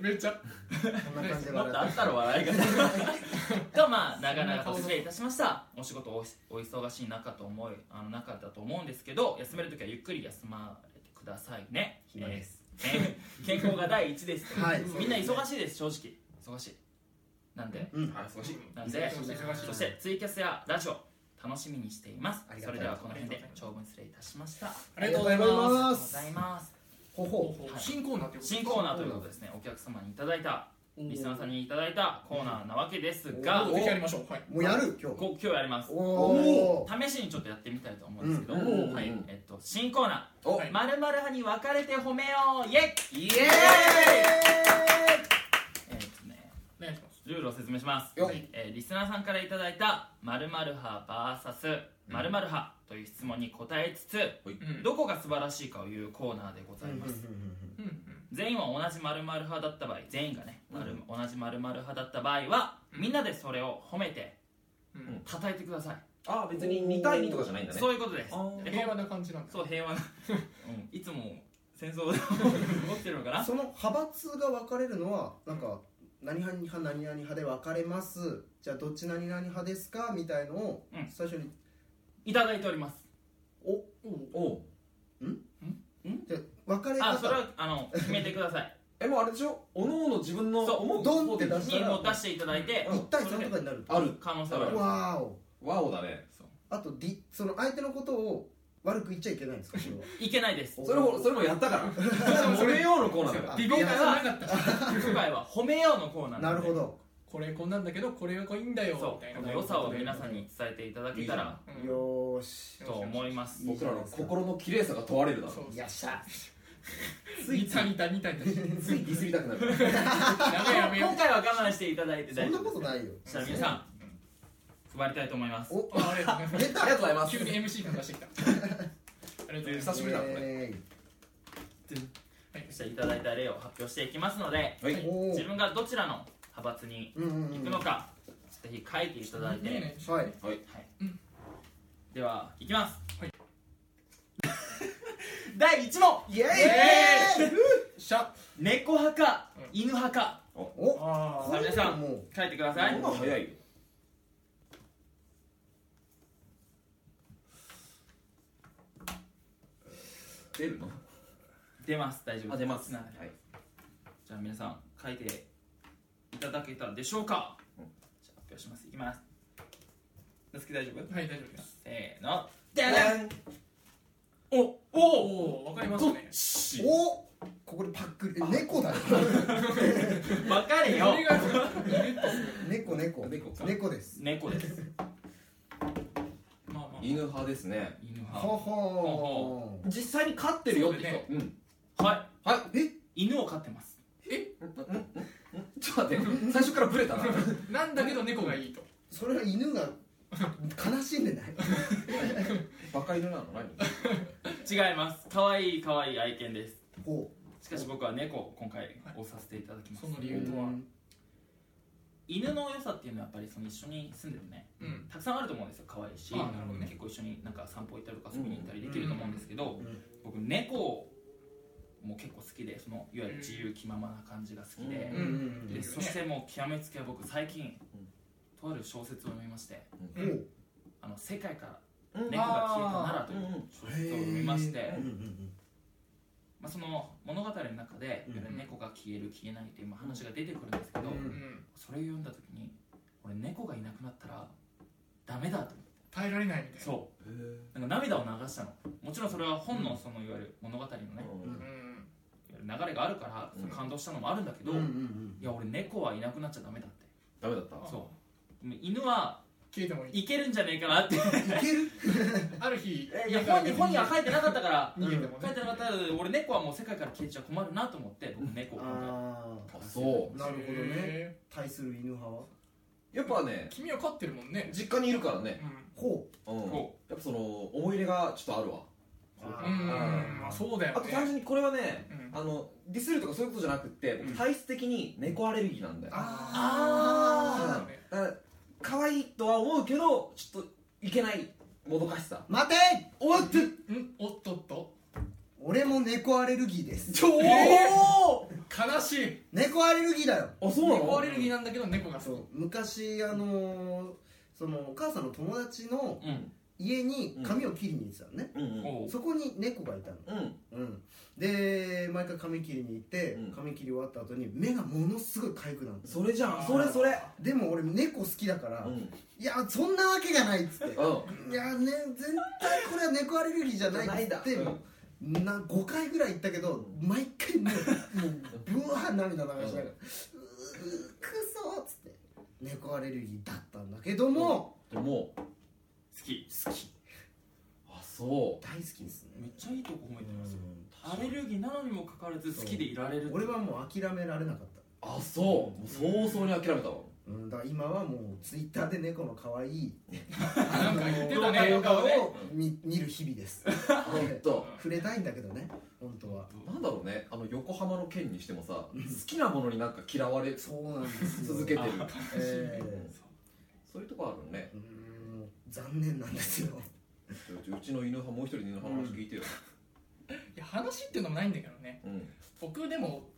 [SPEAKER 4] めっちゃ
[SPEAKER 2] こんな感じで
[SPEAKER 1] もっとあ
[SPEAKER 2] 笑
[SPEAKER 1] ったら笑い ががまあ長々と失礼いたしましたお仕事おお忙しい中と思いあの中だと思うんですけど休める時はゆっくり休まれてくださいね
[SPEAKER 2] 暇です、
[SPEAKER 1] えー健康が第一です、
[SPEAKER 2] はい
[SPEAKER 1] みんな忙しいです正直忙しいなんで
[SPEAKER 2] うん
[SPEAKER 3] あ少し
[SPEAKER 1] なんで
[SPEAKER 4] 忙しい忙しい
[SPEAKER 1] そしてツイキャスやラジオ楽しみにしています
[SPEAKER 2] ありが
[SPEAKER 1] そ
[SPEAKER 2] とう
[SPEAKER 1] れ
[SPEAKER 2] ござ
[SPEAKER 1] ではこの
[SPEAKER 2] います
[SPEAKER 1] 辺で長文失礼いたしましたあ
[SPEAKER 4] ありがとうございます
[SPEAKER 1] りがとうございます
[SPEAKER 2] ほ
[SPEAKER 4] ほ
[SPEAKER 2] ほ
[SPEAKER 4] うほう
[SPEAKER 1] はい
[SPEAKER 4] 新コーナーってこと
[SPEAKER 1] 新コーナーということでですねお客様にいただいたリスナーさんにいただいたコーナーなわけですが
[SPEAKER 4] おぜひやりましょうはい
[SPEAKER 2] もうやる今日
[SPEAKER 1] こ今日やります
[SPEAKER 2] おお
[SPEAKER 1] 試しにちょっとやってみたいと思うんですけど、
[SPEAKER 2] うんうん
[SPEAKER 1] はい
[SPEAKER 3] うん
[SPEAKER 1] えっと、新コーナ
[SPEAKER 3] お
[SPEAKER 1] ー「まるまる派に分かれて褒めようイエイ!」イエーイえっとね
[SPEAKER 4] お願いします
[SPEAKER 1] ルールを説明します
[SPEAKER 6] よっ、
[SPEAKER 1] えーリスナーさんからいただいた「まるまる派 VS まるまる派」という質問に答えつつ、
[SPEAKER 4] うん
[SPEAKER 1] どこが素晴らしいかを言うコーナーでございます、
[SPEAKER 4] うんうん
[SPEAKER 1] 全員は同じ〇〇派だった場合全員がね、〇同じ〇〇派だった場合はみんなでそれを褒めて
[SPEAKER 4] うん
[SPEAKER 1] 叩いてください、
[SPEAKER 3] あ別に2対2とかじゃないんだね
[SPEAKER 1] そういうことです
[SPEAKER 3] あ
[SPEAKER 1] で
[SPEAKER 4] 平和な感じなん だ
[SPEAKER 1] そう平和な、うん、いつも戦争が起きてるのかな
[SPEAKER 2] その派閥が分かれるのはなんか何々派何々派で分かれますじゃあどっち何々派ですかみたいのを
[SPEAKER 1] うん
[SPEAKER 2] 最初に
[SPEAKER 1] いただいております
[SPEAKER 2] お
[SPEAKER 3] おう
[SPEAKER 2] じゃあ分かれ
[SPEAKER 1] あそれ
[SPEAKER 2] 方
[SPEAKER 1] はあの決めてください
[SPEAKER 3] えもうあれでしょおのおの自分 の
[SPEAKER 1] そう
[SPEAKER 3] 思う
[SPEAKER 2] ドンって出
[SPEAKER 3] 方
[SPEAKER 2] し
[SPEAKER 3] で
[SPEAKER 2] た
[SPEAKER 1] に
[SPEAKER 2] ら
[SPEAKER 1] もう出していただいて
[SPEAKER 2] 1対
[SPEAKER 1] それ
[SPEAKER 2] 3と
[SPEAKER 1] で
[SPEAKER 2] かになる
[SPEAKER 3] ある
[SPEAKER 1] 可能性はある
[SPEAKER 2] わーお
[SPEAKER 3] ワオだね
[SPEAKER 1] そう
[SPEAKER 2] あとりその相手のことを悪く言っちゃいけないんですかそれはい
[SPEAKER 1] けないです
[SPEAKER 3] それもそれもやったから それようのコーナーだから
[SPEAKER 2] あ
[SPEAKER 4] ビビり
[SPEAKER 2] い
[SPEAKER 4] が
[SPEAKER 2] や
[SPEAKER 4] なかったし
[SPEAKER 1] 今回は褒めようのコーナー
[SPEAKER 2] なる
[SPEAKER 1] ので
[SPEAKER 2] ほど
[SPEAKER 4] これこんなんだけどこれがこういいんだよ
[SPEAKER 1] そう
[SPEAKER 4] みたい
[SPEAKER 1] こ
[SPEAKER 4] な
[SPEAKER 1] の良さを皆さんに伝えていただけたら
[SPEAKER 4] うん
[SPEAKER 2] よーし
[SPEAKER 1] と思います
[SPEAKER 3] 僕らの心の綺麗さが問われるだろ
[SPEAKER 4] そう
[SPEAKER 2] よっしゃ
[SPEAKER 4] ついたにたにたにたや
[SPEAKER 3] ついディスりたくなる
[SPEAKER 4] めやめよ
[SPEAKER 1] 今回は我慢していただいて
[SPEAKER 2] そ
[SPEAKER 1] 大
[SPEAKER 2] ん
[SPEAKER 1] 丈夫で
[SPEAKER 2] な
[SPEAKER 1] す
[SPEAKER 2] ことないよ
[SPEAKER 1] じゃあ皆さん配りたいと思います
[SPEAKER 2] お
[SPEAKER 4] あありがとうございます
[SPEAKER 2] 出た
[SPEAKER 3] ありがとうございます
[SPEAKER 4] 急に MC 感 出してきたありがとうございま
[SPEAKER 3] 久しぶりだこれ
[SPEAKER 2] れ
[SPEAKER 1] そしていただいた例を発表していきますので
[SPEAKER 3] はい
[SPEAKER 4] は
[SPEAKER 2] おお
[SPEAKER 1] 自分がどちらの派閥に
[SPEAKER 2] うんうんう
[SPEAKER 1] 行
[SPEAKER 2] ん
[SPEAKER 1] くのかぜひ書いていただい
[SPEAKER 4] すいい
[SPEAKER 1] て
[SPEAKER 4] ね
[SPEAKER 2] はい
[SPEAKER 1] はい
[SPEAKER 4] うん
[SPEAKER 1] では行きます
[SPEAKER 4] はい
[SPEAKER 1] 第1問
[SPEAKER 2] イエーイ
[SPEAKER 4] しゃ
[SPEAKER 1] 猫派か
[SPEAKER 4] うん
[SPEAKER 1] 犬派か
[SPEAKER 2] お
[SPEAKER 4] あ
[SPEAKER 1] さあ皆さん
[SPEAKER 2] もう
[SPEAKER 1] 書いてください
[SPEAKER 3] そんなん早いよ出るの
[SPEAKER 1] 出ます大丈夫
[SPEAKER 3] あ出ます
[SPEAKER 1] な
[SPEAKER 3] はい
[SPEAKER 1] じゃあ皆さん書いていただけたでしょうか、
[SPEAKER 3] うん
[SPEAKER 1] じゃあ発表しますいきますなつき大丈夫
[SPEAKER 4] ーはい大丈夫です
[SPEAKER 1] せーのででんおお
[SPEAKER 4] おおわかりますね
[SPEAKER 2] おここでパックリえ猫だよ
[SPEAKER 1] わか れよ
[SPEAKER 4] それが
[SPEAKER 2] 猫猫
[SPEAKER 3] 猫か
[SPEAKER 2] 猫です
[SPEAKER 1] 猫ですまあまあ
[SPEAKER 3] 犬派ですね
[SPEAKER 1] 犬派
[SPEAKER 2] ほほー
[SPEAKER 3] 実際に飼ってるよって
[SPEAKER 4] そうだね
[SPEAKER 3] 人うん
[SPEAKER 1] は
[SPEAKER 3] はい
[SPEAKER 1] い犬を飼ってます
[SPEAKER 3] ちょっと待って 最初からブレたな
[SPEAKER 4] なんだけど猫がいいと
[SPEAKER 2] それは犬が悲しんでない
[SPEAKER 3] バカ犬なの何
[SPEAKER 1] 違います可愛い可愛い愛犬です
[SPEAKER 2] ほ
[SPEAKER 1] しかし僕は猫を今回をさせていただきます
[SPEAKER 4] その
[SPEAKER 2] う
[SPEAKER 4] 理由とは
[SPEAKER 1] 犬の良さっていうのはやっぱりその一緒に住んでるね
[SPEAKER 4] うん
[SPEAKER 1] たくさんあると思うんですよ可愛いし
[SPEAKER 4] あなるほどね
[SPEAKER 1] 結構一緒になんか散歩行ったりとか遊びに行ったりできると思うんですけど、
[SPEAKER 2] うんうん
[SPEAKER 1] 僕猫も結構好きでそのいわゆる自由気ままな感じが好きで
[SPEAKER 2] う
[SPEAKER 3] うんん
[SPEAKER 2] うん
[SPEAKER 1] で
[SPEAKER 4] うん
[SPEAKER 1] そしてもう極めつけは僕最近、
[SPEAKER 3] うん
[SPEAKER 1] とある小説を読みまして
[SPEAKER 2] うんほう
[SPEAKER 1] 「あの世界から
[SPEAKER 3] うん
[SPEAKER 1] 猫が消えたなら」という小
[SPEAKER 2] へ
[SPEAKER 1] 説を
[SPEAKER 2] ー
[SPEAKER 1] 読みまして
[SPEAKER 2] う、んうん
[SPEAKER 1] まあ、その物語の中で、
[SPEAKER 2] う
[SPEAKER 1] い
[SPEAKER 2] ん
[SPEAKER 1] わゆる猫が消える消えないっていうまあ話が出てくるんですけど、
[SPEAKER 2] うん
[SPEAKER 4] うん
[SPEAKER 1] それを読んだ時に俺猫がいなくなったらダメだと思って
[SPEAKER 4] 耐えられないみたいな
[SPEAKER 1] そ
[SPEAKER 3] へー
[SPEAKER 1] うなんか涙を流したのもちろんそれは本のそのいわゆる物語のね、
[SPEAKER 3] うん
[SPEAKER 4] うん
[SPEAKER 1] いわゆる流れがあるから
[SPEAKER 3] うん
[SPEAKER 1] 感動したのもあるんだけど、
[SPEAKER 2] うんうん
[SPEAKER 1] い
[SPEAKER 2] うん
[SPEAKER 1] や俺猫はいなくなっちゃダメだって
[SPEAKER 3] ダメだった
[SPEAKER 4] あ
[SPEAKER 1] そうでも犬は
[SPEAKER 4] 消えてもいい
[SPEAKER 1] いけるんじゃねえかなって
[SPEAKER 2] いける
[SPEAKER 4] ある日
[SPEAKER 1] いや本に本には
[SPEAKER 4] っ
[SPEAKER 1] 書いてなかったから
[SPEAKER 4] 逃げても
[SPEAKER 1] 書い
[SPEAKER 4] ね
[SPEAKER 1] てなかったら俺猫はもう世界から消えちゃ困るなと思って僕猫を今
[SPEAKER 2] あ
[SPEAKER 3] あそ
[SPEAKER 2] あなるほどね
[SPEAKER 4] へ
[SPEAKER 2] 対する犬派は
[SPEAKER 3] うやっぱね
[SPEAKER 4] ー君は飼ってるもんね
[SPEAKER 3] 実家にいるからね
[SPEAKER 4] う
[SPEAKER 2] ほう
[SPEAKER 3] うん
[SPEAKER 1] そ
[SPEAKER 3] やっぱその思い入れがちょっとあるわ
[SPEAKER 2] あ
[SPEAKER 4] ん
[SPEAKER 2] ー
[SPEAKER 4] うんまあそうだ
[SPEAKER 3] あ
[SPEAKER 4] よ
[SPEAKER 3] と単
[SPEAKER 4] ね
[SPEAKER 3] 純にこれはね
[SPEAKER 4] うん
[SPEAKER 3] あのディスるとかそういうことじゃなくって僕体質的に猫アレルギーなんだよ
[SPEAKER 2] あ
[SPEAKER 4] そうだよ
[SPEAKER 2] あ
[SPEAKER 4] ね
[SPEAKER 3] だから可愛いとは思うけどちょっといけないもどかしさ
[SPEAKER 2] 待て
[SPEAKER 3] 終わって
[SPEAKER 4] うんおっとっと
[SPEAKER 2] 俺も猫アレルギーです
[SPEAKER 3] ちょおー
[SPEAKER 4] 悲しい
[SPEAKER 2] 猫アレルギーだよ
[SPEAKER 3] あそうな
[SPEAKER 4] 猫
[SPEAKER 3] の
[SPEAKER 4] アレルギーなんだけど猫が好き
[SPEAKER 2] そう昔あのーそのお母さんの友達の
[SPEAKER 1] ううん
[SPEAKER 2] 家に髪を切りに行ってたのね、
[SPEAKER 3] うんうん
[SPEAKER 1] おう
[SPEAKER 2] そこに猫がいたの、
[SPEAKER 3] うん
[SPEAKER 2] うん、で毎回髪切りに行って、
[SPEAKER 3] うん
[SPEAKER 2] 髪切り終わった後に目がものすごい痒くなる
[SPEAKER 3] それじゃんそれそれ
[SPEAKER 2] でも俺猫好きだから、
[SPEAKER 3] うんう
[SPEAKER 2] い
[SPEAKER 3] ん
[SPEAKER 2] やそんなわけがないっつっていやね絶対これは猫アレルギーじゃないっつって
[SPEAKER 3] じゃない
[SPEAKER 2] な5回ぐらい行ったけど毎回もうもうブワー涙流しながら「うーくそ」っつって猫アレルギーだったんだけども
[SPEAKER 3] でも
[SPEAKER 1] 好き
[SPEAKER 2] 好き
[SPEAKER 3] あそ
[SPEAKER 2] 大好きです
[SPEAKER 1] め
[SPEAKER 2] ね
[SPEAKER 1] っちゃいいとこ褒めてますよアレルギーなのにもかかわらず好きでいられるって
[SPEAKER 2] 俺はもう諦められなかった
[SPEAKER 3] うあそうもう早々に諦めたわ
[SPEAKER 2] うん、だから今はもうツイッターで猫の可愛い
[SPEAKER 4] なんか言ってたね
[SPEAKER 2] 動画
[SPEAKER 4] 動画
[SPEAKER 2] を見見る日々です
[SPEAKER 3] ほんと
[SPEAKER 2] 触れたいんだけどね本当は
[SPEAKER 3] なんだろうねあの横浜の県にしてもさ好きなものになんか嫌われ
[SPEAKER 2] そうなんですよ
[SPEAKER 3] 続けて
[SPEAKER 1] あ
[SPEAKER 3] る
[SPEAKER 2] えー
[SPEAKER 3] そういうとこあるね
[SPEAKER 2] うーん残念なんですよ
[SPEAKER 3] ちょうちの犬派もう一人の犬派の話聞いてよ
[SPEAKER 4] いや話っていうのもないんだけどね
[SPEAKER 3] うん
[SPEAKER 4] 僕でも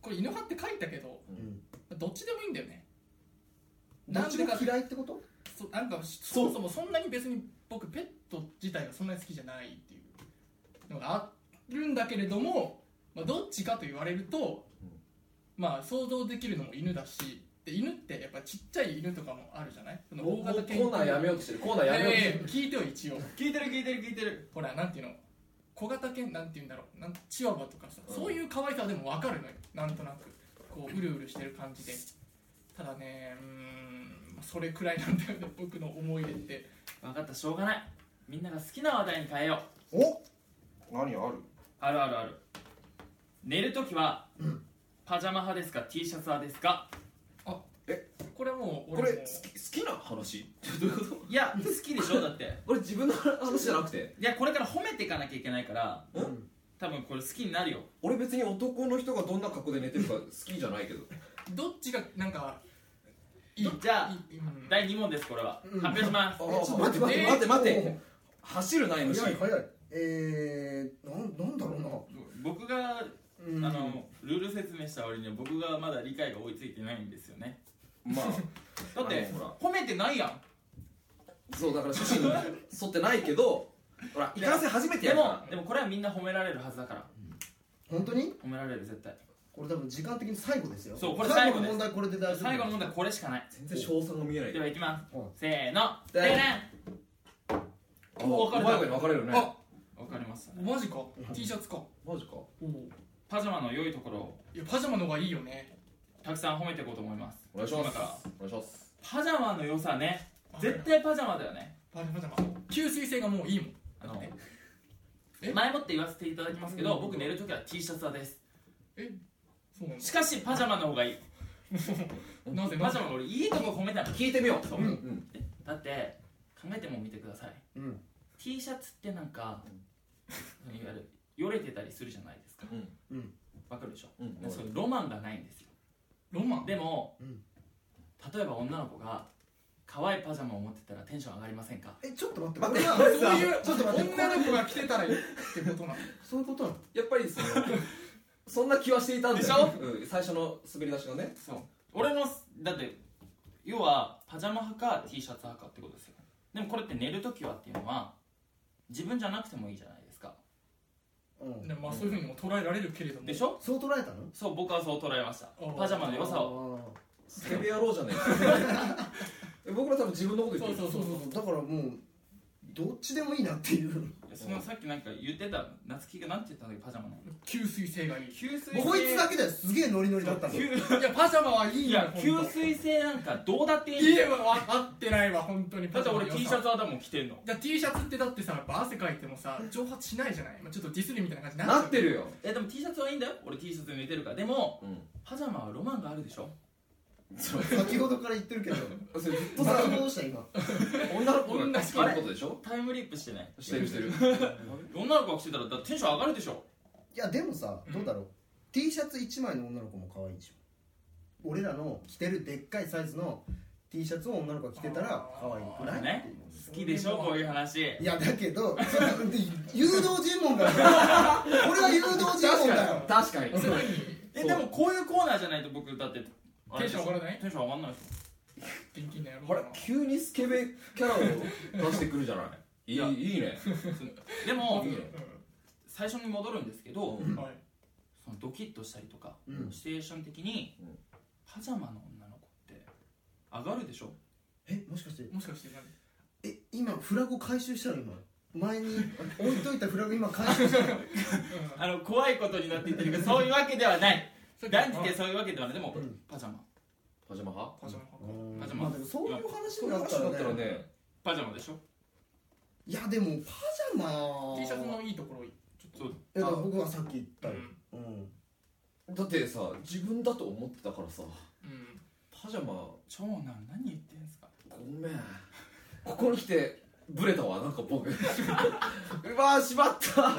[SPEAKER 4] これ犬派って書いたけど
[SPEAKER 2] うん
[SPEAKER 4] どっちでもいいんだよね
[SPEAKER 2] ど
[SPEAKER 4] な
[SPEAKER 2] っ
[SPEAKER 4] ん
[SPEAKER 2] ち
[SPEAKER 4] で
[SPEAKER 2] も
[SPEAKER 4] か
[SPEAKER 2] 嫌いってこと
[SPEAKER 4] そなんかそもそもそんなに別に僕ペット自体がそんなに好きじゃないっていうのがあるんだけれども、まあ、どっちかと言われると、
[SPEAKER 3] うん
[SPEAKER 4] まあ想像できるのも犬だしで犬ってやっぱちっちゃい犬とかもあるじゃないその
[SPEAKER 3] もう
[SPEAKER 4] 大
[SPEAKER 3] コ
[SPEAKER 4] 型犬
[SPEAKER 3] ーナーやめようとしてるコーナーやめようとして
[SPEAKER 4] え
[SPEAKER 3] る
[SPEAKER 4] え聞いてよ一応
[SPEAKER 1] 聞いてる聞いてる聞いてる
[SPEAKER 4] ほらなんていうの小型犬なんていうんだろうなんチワワとかさ、そういう可愛さはでも分かるのよなんとなくこううるうるしてる感じでただねうーんそれくらいなんだよね僕の思い出って
[SPEAKER 1] 分かったしょうがないみんなが好きな話題に変えよう
[SPEAKER 2] お
[SPEAKER 3] 何ある
[SPEAKER 1] あるあるある寝るときは、
[SPEAKER 2] うん
[SPEAKER 1] パジャマ派ですか T シャツ派ですか
[SPEAKER 4] これはもう
[SPEAKER 3] こ
[SPEAKER 4] 俺
[SPEAKER 3] れ
[SPEAKER 4] も
[SPEAKER 3] 好き好きな話どういうこと
[SPEAKER 1] いや好きでしょだって
[SPEAKER 3] これ自分の話じゃなくて
[SPEAKER 1] いやこれから褒めていかなきゃいけないから
[SPEAKER 3] うん
[SPEAKER 1] 多分これ好きになるよ
[SPEAKER 3] 俺別に男の人がどんな格好で寝てるか好きじゃないけど
[SPEAKER 4] どっちがなんかいい
[SPEAKER 1] じゃあ
[SPEAKER 4] いいうん
[SPEAKER 1] 第2問ですこれは、
[SPEAKER 2] うん
[SPEAKER 1] 発表します
[SPEAKER 3] あ
[SPEAKER 2] えちょっと
[SPEAKER 3] 待って待って待って待っ
[SPEAKER 2] え
[SPEAKER 3] て走るな
[SPEAKER 2] ー
[SPEAKER 3] MC
[SPEAKER 2] 早い早いえー、なんなんだろうな
[SPEAKER 1] 僕が、
[SPEAKER 2] うん
[SPEAKER 1] あのルール説明した割には僕がまだ理解が追いついてないんですよね
[SPEAKER 3] ま
[SPEAKER 1] だって
[SPEAKER 3] あのほ
[SPEAKER 1] 褒めてないやん
[SPEAKER 3] あそうだから写真に沿ってないけどほらいかんせん初め
[SPEAKER 1] で
[SPEAKER 3] てやる
[SPEAKER 1] も
[SPEAKER 3] か
[SPEAKER 1] でもこれはみんな褒められるはずだから
[SPEAKER 2] 本当に
[SPEAKER 1] 褒められる絶対
[SPEAKER 2] これ多分時間的に最後ですよ
[SPEAKER 1] そうこれ最
[SPEAKER 2] 最後
[SPEAKER 1] 後
[SPEAKER 2] の
[SPEAKER 1] です
[SPEAKER 2] 問題これで大丈夫
[SPEAKER 1] 最後の問題これしかない
[SPEAKER 3] 全然賞賛が見えない
[SPEAKER 1] ではいきます、
[SPEAKER 2] うん
[SPEAKER 1] せーので
[SPEAKER 3] で
[SPEAKER 1] れん
[SPEAKER 3] あうまい具合に分かれるね
[SPEAKER 4] あ
[SPEAKER 1] わかりますよね
[SPEAKER 4] マジか T シャツか
[SPEAKER 3] マジか
[SPEAKER 1] パパジャマの良いところを
[SPEAKER 4] いやパジャマの方がいいよね
[SPEAKER 1] たくさん褒めていこうと思います
[SPEAKER 3] お願いしま
[SPEAKER 1] 今
[SPEAKER 3] す
[SPEAKER 1] から
[SPEAKER 3] お願いします
[SPEAKER 1] パジャマの良さね絶対パジャマだよね
[SPEAKER 4] パジャマパジャマ吸水性がもういいもん
[SPEAKER 1] あの
[SPEAKER 4] だってえ
[SPEAKER 1] 前もって言わせていただきますけど
[SPEAKER 4] うん
[SPEAKER 1] 僕寝るときは T シャツ派です
[SPEAKER 4] そうなんだ
[SPEAKER 1] しかしパジャマの方がいい
[SPEAKER 4] なぜ
[SPEAKER 1] パ
[SPEAKER 4] な
[SPEAKER 1] ジ
[SPEAKER 4] ぜ
[SPEAKER 1] ャマの俺いいとこ褒めたの
[SPEAKER 3] 聞いてみよう
[SPEAKER 1] そう
[SPEAKER 3] うんうん
[SPEAKER 1] だって考えても見てください、
[SPEAKER 2] うん
[SPEAKER 1] T シャツってなんか、いわゆるよれてたりするじゃないですか
[SPEAKER 3] うん
[SPEAKER 2] うん
[SPEAKER 1] わかるでしょ、
[SPEAKER 3] うん
[SPEAKER 1] でそういうロマンがないんですよ
[SPEAKER 4] ロマン
[SPEAKER 1] でも、
[SPEAKER 2] うん
[SPEAKER 1] 例えば女の子が可愛いパジャマを持ってたらテンション上がりませんか
[SPEAKER 2] えちょっと待って
[SPEAKER 3] 待っ
[SPEAKER 2] 俺
[SPEAKER 3] て
[SPEAKER 2] は
[SPEAKER 3] これ
[SPEAKER 4] そう
[SPEAKER 3] さ
[SPEAKER 4] いう
[SPEAKER 2] ちょっと待って
[SPEAKER 4] 女の子が着てたらいいってことなの
[SPEAKER 2] そういうことなの
[SPEAKER 3] やっぱりその そんな気はしていたんだよ
[SPEAKER 1] で
[SPEAKER 3] うん最初の滑り出しがね
[SPEAKER 1] そう俺もだって要はパジャマ派か T シャツ派かってことですよでもこれって寝るときはっていうのは自分じゃなくてもいいじゃないですか
[SPEAKER 2] うん
[SPEAKER 4] でもまあそういうふうにも捉えられるけれども
[SPEAKER 1] でしょ
[SPEAKER 2] そう捉えたの
[SPEAKER 1] そう僕はそう捉えました
[SPEAKER 4] おう
[SPEAKER 1] パジャマの良さを
[SPEAKER 2] を
[SPEAKER 3] 攻め野郎じゃねえ僕ら多分自分のこと言ってる
[SPEAKER 4] そ
[SPEAKER 2] そ
[SPEAKER 4] う
[SPEAKER 2] うそうそうだからもうどっちでもいいなっていう
[SPEAKER 1] いやそのさっきなんか言ってた夏希がなんて言ったんだっけパジャマの
[SPEAKER 4] 吸水性がいいい
[SPEAKER 1] 吸水性
[SPEAKER 2] こいつだけですげえノリノリだったの
[SPEAKER 1] 吸
[SPEAKER 4] やパジャマはいい
[SPEAKER 1] い
[SPEAKER 4] よ
[SPEAKER 1] や吸水性なんかどうだっていいん
[SPEAKER 4] い
[SPEAKER 1] だ
[SPEAKER 4] い
[SPEAKER 1] よ
[SPEAKER 4] わ分かってないわ本当に
[SPEAKER 1] だって俺 T シャ
[SPEAKER 4] ツ
[SPEAKER 1] ツはだもん着てんの
[SPEAKER 4] じゃ T シャツってだってさやっぱ汗かいてもさ蒸発しないじゃない、まあ、ちょっとディスりみたいな感じ
[SPEAKER 3] な
[SPEAKER 4] になっ
[SPEAKER 3] っ
[SPEAKER 4] ちゃ
[SPEAKER 3] て
[SPEAKER 4] う
[SPEAKER 3] るよ
[SPEAKER 1] えでも T シャツはいいんだよ俺 T シャツ寝てるからでも
[SPEAKER 3] うん
[SPEAKER 1] パジャマはロマンがあるでしょ
[SPEAKER 2] 先ほどから言ってるけど
[SPEAKER 3] それずっ とさ
[SPEAKER 2] 先ほどした今
[SPEAKER 3] 女の子が好きなことでしょ
[SPEAKER 1] タイムリープしてね
[SPEAKER 3] してるしてる
[SPEAKER 1] 女の子が着てたらだってテンション上がるでしょ
[SPEAKER 2] いやでもさどうだろう、T シャツ1枚の女の子も可愛いでしょ俺らの着てるでっかいサイズの T シャツを女の子が着てたら可愛くない、
[SPEAKER 1] ね好きでしょこういう話
[SPEAKER 2] いやだけどそれはで誘導尋問だよ俺は誘導尋問だよ
[SPEAKER 3] 確かに
[SPEAKER 4] それに
[SPEAKER 1] えでもこういうコーナーじゃないと僕だってテ
[SPEAKER 4] テンション上がらない
[SPEAKER 1] テンション上がらないです
[SPEAKER 4] 現金な野郎
[SPEAKER 3] あ
[SPEAKER 4] だ
[SPEAKER 3] れ
[SPEAKER 4] な
[SPEAKER 3] 急にスケベキャラを出してくるじゃないいい
[SPEAKER 1] や
[SPEAKER 3] いいね
[SPEAKER 1] でも
[SPEAKER 3] いいね
[SPEAKER 1] 最初に戻るんですけど
[SPEAKER 4] うんはい
[SPEAKER 1] そのドキッとしたりとか、
[SPEAKER 2] うん
[SPEAKER 1] シチュエーション的に、
[SPEAKER 3] うん
[SPEAKER 1] パジャマの女の子って上がるでしょ
[SPEAKER 2] えもしかして
[SPEAKER 4] もしかして何
[SPEAKER 2] え今フラグ回収したの今前に置いといたフラグ今回収した の
[SPEAKER 1] あの怖いことになっていってるけどそういうわけでは ない
[SPEAKER 4] それ
[SPEAKER 1] 断じてそういうわけではないでも、
[SPEAKER 2] うん
[SPEAKER 1] パジャマ
[SPEAKER 3] パジャマ派
[SPEAKER 4] パジャマ派か
[SPEAKER 2] うん
[SPEAKER 1] まあでも
[SPEAKER 2] まあでもそういう話
[SPEAKER 3] そ
[SPEAKER 2] に
[SPEAKER 3] うい
[SPEAKER 2] なっ
[SPEAKER 3] う話
[SPEAKER 2] た
[SPEAKER 3] だ
[SPEAKER 2] ら
[SPEAKER 3] っ
[SPEAKER 2] ね
[SPEAKER 3] たらね
[SPEAKER 1] パジャマでしょ
[SPEAKER 2] いやでもパジャマ
[SPEAKER 4] T シャツのいいところいいちょっと
[SPEAKER 1] そう
[SPEAKER 2] いやだから僕はさっき言ったよ
[SPEAKER 4] うん
[SPEAKER 2] うん
[SPEAKER 3] だってさ自分だと思ってたからさ
[SPEAKER 4] うん
[SPEAKER 3] パジャマ
[SPEAKER 1] 長男何言ってんすか
[SPEAKER 3] ごめんここに来てブレたわなんか僕 うわーしまった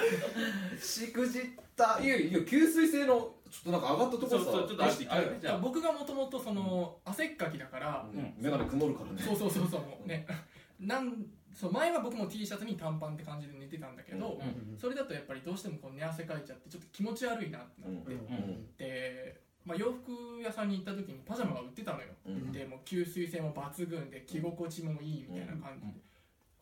[SPEAKER 3] しくじったいやいや吸水性のちょっとなんか上がったところさ
[SPEAKER 1] そうそうちょっとある
[SPEAKER 3] 出していきたいよ
[SPEAKER 1] ある
[SPEAKER 4] じゃあ僕がもともとその汗っかきだから、
[SPEAKER 3] うん眼鏡曇るからね
[SPEAKER 4] そうそうそうそうもうね なんそう前は僕も T シャツに短パンって感じで寝てたんだけど、
[SPEAKER 1] うん
[SPEAKER 4] それだとやっぱりどうしてもこう寝汗かいちゃってちょっと気持ち悪いなってな
[SPEAKER 3] う
[SPEAKER 4] っ
[SPEAKER 3] ん
[SPEAKER 2] うん
[SPEAKER 1] ん
[SPEAKER 4] て、まあ、洋服屋さんに行った時にパジャマが売ってたのよ、
[SPEAKER 3] うん
[SPEAKER 4] でもう吸水性も抜群で着心地もいいみたいな感じで、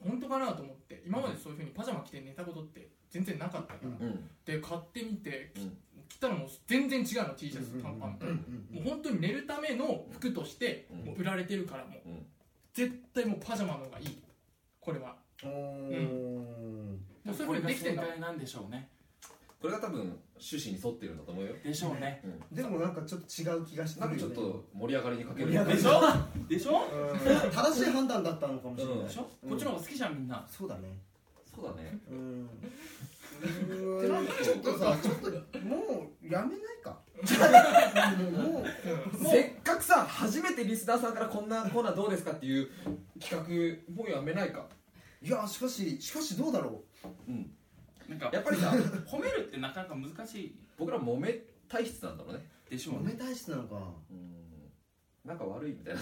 [SPEAKER 4] 本当かなと思って今までそういうふうにパジャマ着て寝たことって全然なかったから、
[SPEAKER 2] うん
[SPEAKER 3] うん
[SPEAKER 4] で買ってみてき
[SPEAKER 3] うん
[SPEAKER 4] 着たらもう全然違うの T シャツ短パンと、
[SPEAKER 2] うん
[SPEAKER 4] もう本当に寝るための服として
[SPEAKER 3] うん
[SPEAKER 4] もう売られてるからもう、
[SPEAKER 3] うん
[SPEAKER 4] 絶対もうパジャマの方がいいこれは
[SPEAKER 2] う
[SPEAKER 4] うんもうそう
[SPEAKER 1] これ
[SPEAKER 4] いうふ
[SPEAKER 1] が
[SPEAKER 4] うにできて
[SPEAKER 1] 正
[SPEAKER 4] んだ
[SPEAKER 1] 解なんでしょうね
[SPEAKER 3] これが多分趣旨に沿ってるんだと思うよ
[SPEAKER 1] でしょうね
[SPEAKER 2] でもなんかちょっと違う気がして
[SPEAKER 3] なんか
[SPEAKER 2] る
[SPEAKER 3] ち
[SPEAKER 2] よ
[SPEAKER 3] ょっ
[SPEAKER 2] ね
[SPEAKER 3] と盛り上がりにかける
[SPEAKER 2] 盛り上がり
[SPEAKER 1] でしょでしょ
[SPEAKER 2] うん正しい判断だったのかもしれ
[SPEAKER 3] うん
[SPEAKER 2] な
[SPEAKER 1] で
[SPEAKER 2] い
[SPEAKER 1] しょ、こっちの方が好きじゃんみんな
[SPEAKER 2] そうだね
[SPEAKER 3] そうだね
[SPEAKER 2] うん
[SPEAKER 3] ってなると
[SPEAKER 2] ちょっとさちょっともうやめないかもう
[SPEAKER 3] せっかくさ初めてリスナーさんからこんなコーナーどうですかっていう企画もうやめないか
[SPEAKER 2] いやしかししかしどうだろ
[SPEAKER 3] うん
[SPEAKER 1] なんか
[SPEAKER 3] やっぱりさ
[SPEAKER 1] 褒めるってなかなか難しい
[SPEAKER 3] 僕ら揉め体質なんだろうね
[SPEAKER 1] でし
[SPEAKER 2] う
[SPEAKER 1] ょう
[SPEAKER 2] 褒
[SPEAKER 1] ね
[SPEAKER 2] め体質なのか
[SPEAKER 3] うんなんか悪いみたいな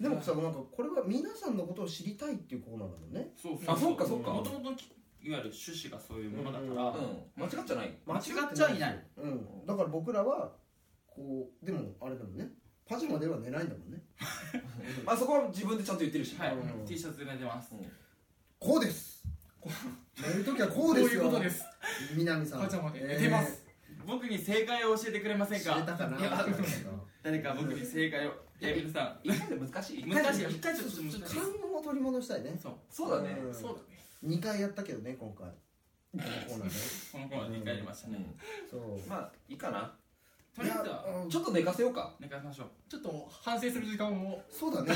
[SPEAKER 2] でもさなんかこれは皆さんのことを知りたいっていうコーナーだもんね
[SPEAKER 1] そうそう
[SPEAKER 3] あそっかそっか
[SPEAKER 1] もともといわゆる趣旨がそういうものだから、
[SPEAKER 3] うん間違っちゃない
[SPEAKER 1] 間違っちゃいない
[SPEAKER 2] うんだから僕らはこうでもあれだもんねパジャマでは寝ないんだもんね
[SPEAKER 3] まあそこは自分でちゃんと言ってるし
[SPEAKER 1] はい、
[SPEAKER 2] うん
[SPEAKER 1] T シャツで寝てます、
[SPEAKER 2] こうです寝るときはこ
[SPEAKER 4] こ
[SPEAKER 2] う
[SPEAKER 4] う
[SPEAKER 2] です
[SPEAKER 4] い
[SPEAKER 2] よ
[SPEAKER 4] うことです
[SPEAKER 2] 南さん
[SPEAKER 4] パジャマで寝てます、
[SPEAKER 1] 僕に正解を教えてくれませ
[SPEAKER 2] え
[SPEAKER 1] ん
[SPEAKER 2] ー、知れ
[SPEAKER 1] か
[SPEAKER 2] たかない
[SPEAKER 1] や誰か僕に正解をいや皆さ
[SPEAKER 3] 一回で 難し
[SPEAKER 1] ん難しい
[SPEAKER 2] ちょっ
[SPEAKER 1] 一回ちょっと難しい
[SPEAKER 2] と勘を取り戻したいね
[SPEAKER 1] そう
[SPEAKER 3] そうだね
[SPEAKER 2] ん
[SPEAKER 4] そうだね
[SPEAKER 2] 2回やったけどね今回このコーナーね
[SPEAKER 1] このコーナーで一回やりましたね、
[SPEAKER 2] そう
[SPEAKER 3] まあいいかな
[SPEAKER 1] とりあえずは
[SPEAKER 2] うん
[SPEAKER 3] ちょっと寝かせようか
[SPEAKER 1] 寝かせましょう
[SPEAKER 4] ちょっと反省する時間も
[SPEAKER 2] そう だね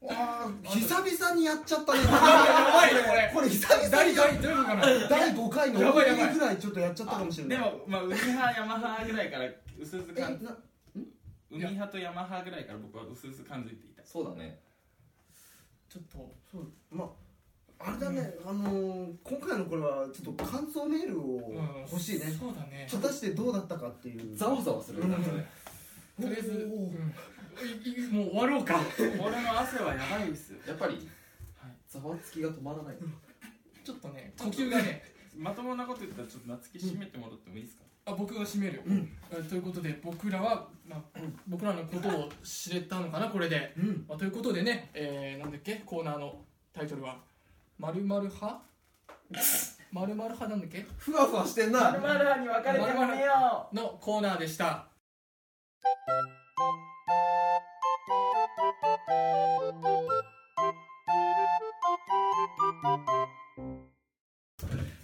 [SPEAKER 2] わあ久々にやっちゃったね
[SPEAKER 4] やばいねこれ
[SPEAKER 2] これ久々
[SPEAKER 4] 誰
[SPEAKER 2] にや
[SPEAKER 4] 誰どういうことかな
[SPEAKER 2] 第5回の
[SPEAKER 4] やばいやば
[SPEAKER 2] オープニ
[SPEAKER 4] い
[SPEAKER 2] ングぐらいちょっとやっちゃったかもしれない
[SPEAKER 1] でもまあ海派ヤマハぐらいから薄々
[SPEAKER 2] え
[SPEAKER 1] 感
[SPEAKER 2] な
[SPEAKER 1] 海派とヤマハぐらいから僕は薄々感づいていた
[SPEAKER 3] そうだね
[SPEAKER 4] ちょっと
[SPEAKER 2] そうまああれだね、あのー、今回のこれはちょっと感想メールを
[SPEAKER 4] うん
[SPEAKER 2] 欲しいね、
[SPEAKER 4] そうだね
[SPEAKER 2] 果たしてどうだったかっていう
[SPEAKER 3] ざわざわするなんかね
[SPEAKER 4] とりあえず、
[SPEAKER 2] おー
[SPEAKER 4] うんいいもう終わろうか
[SPEAKER 1] 俺の汗はやばいです
[SPEAKER 3] やっぱりざわつきが止まらない
[SPEAKER 4] ちょっとね呼吸がね
[SPEAKER 1] まともなこと言ったらちょっと夏希締めてもらってもいいですか
[SPEAKER 4] あ僕が締めるよ、えということで僕らは、まあ、僕らのことを知れたのかなこれで、
[SPEAKER 2] うん
[SPEAKER 4] まあ、ということでね、えー、なんだっけコーナーのタイトルは「まるまる派」まるまる派なんだっけ
[SPEAKER 3] ふわふわしてん
[SPEAKER 1] ま
[SPEAKER 3] な
[SPEAKER 1] だに分
[SPEAKER 4] かれてもね
[SPEAKER 1] よ
[SPEAKER 4] のコーナーでした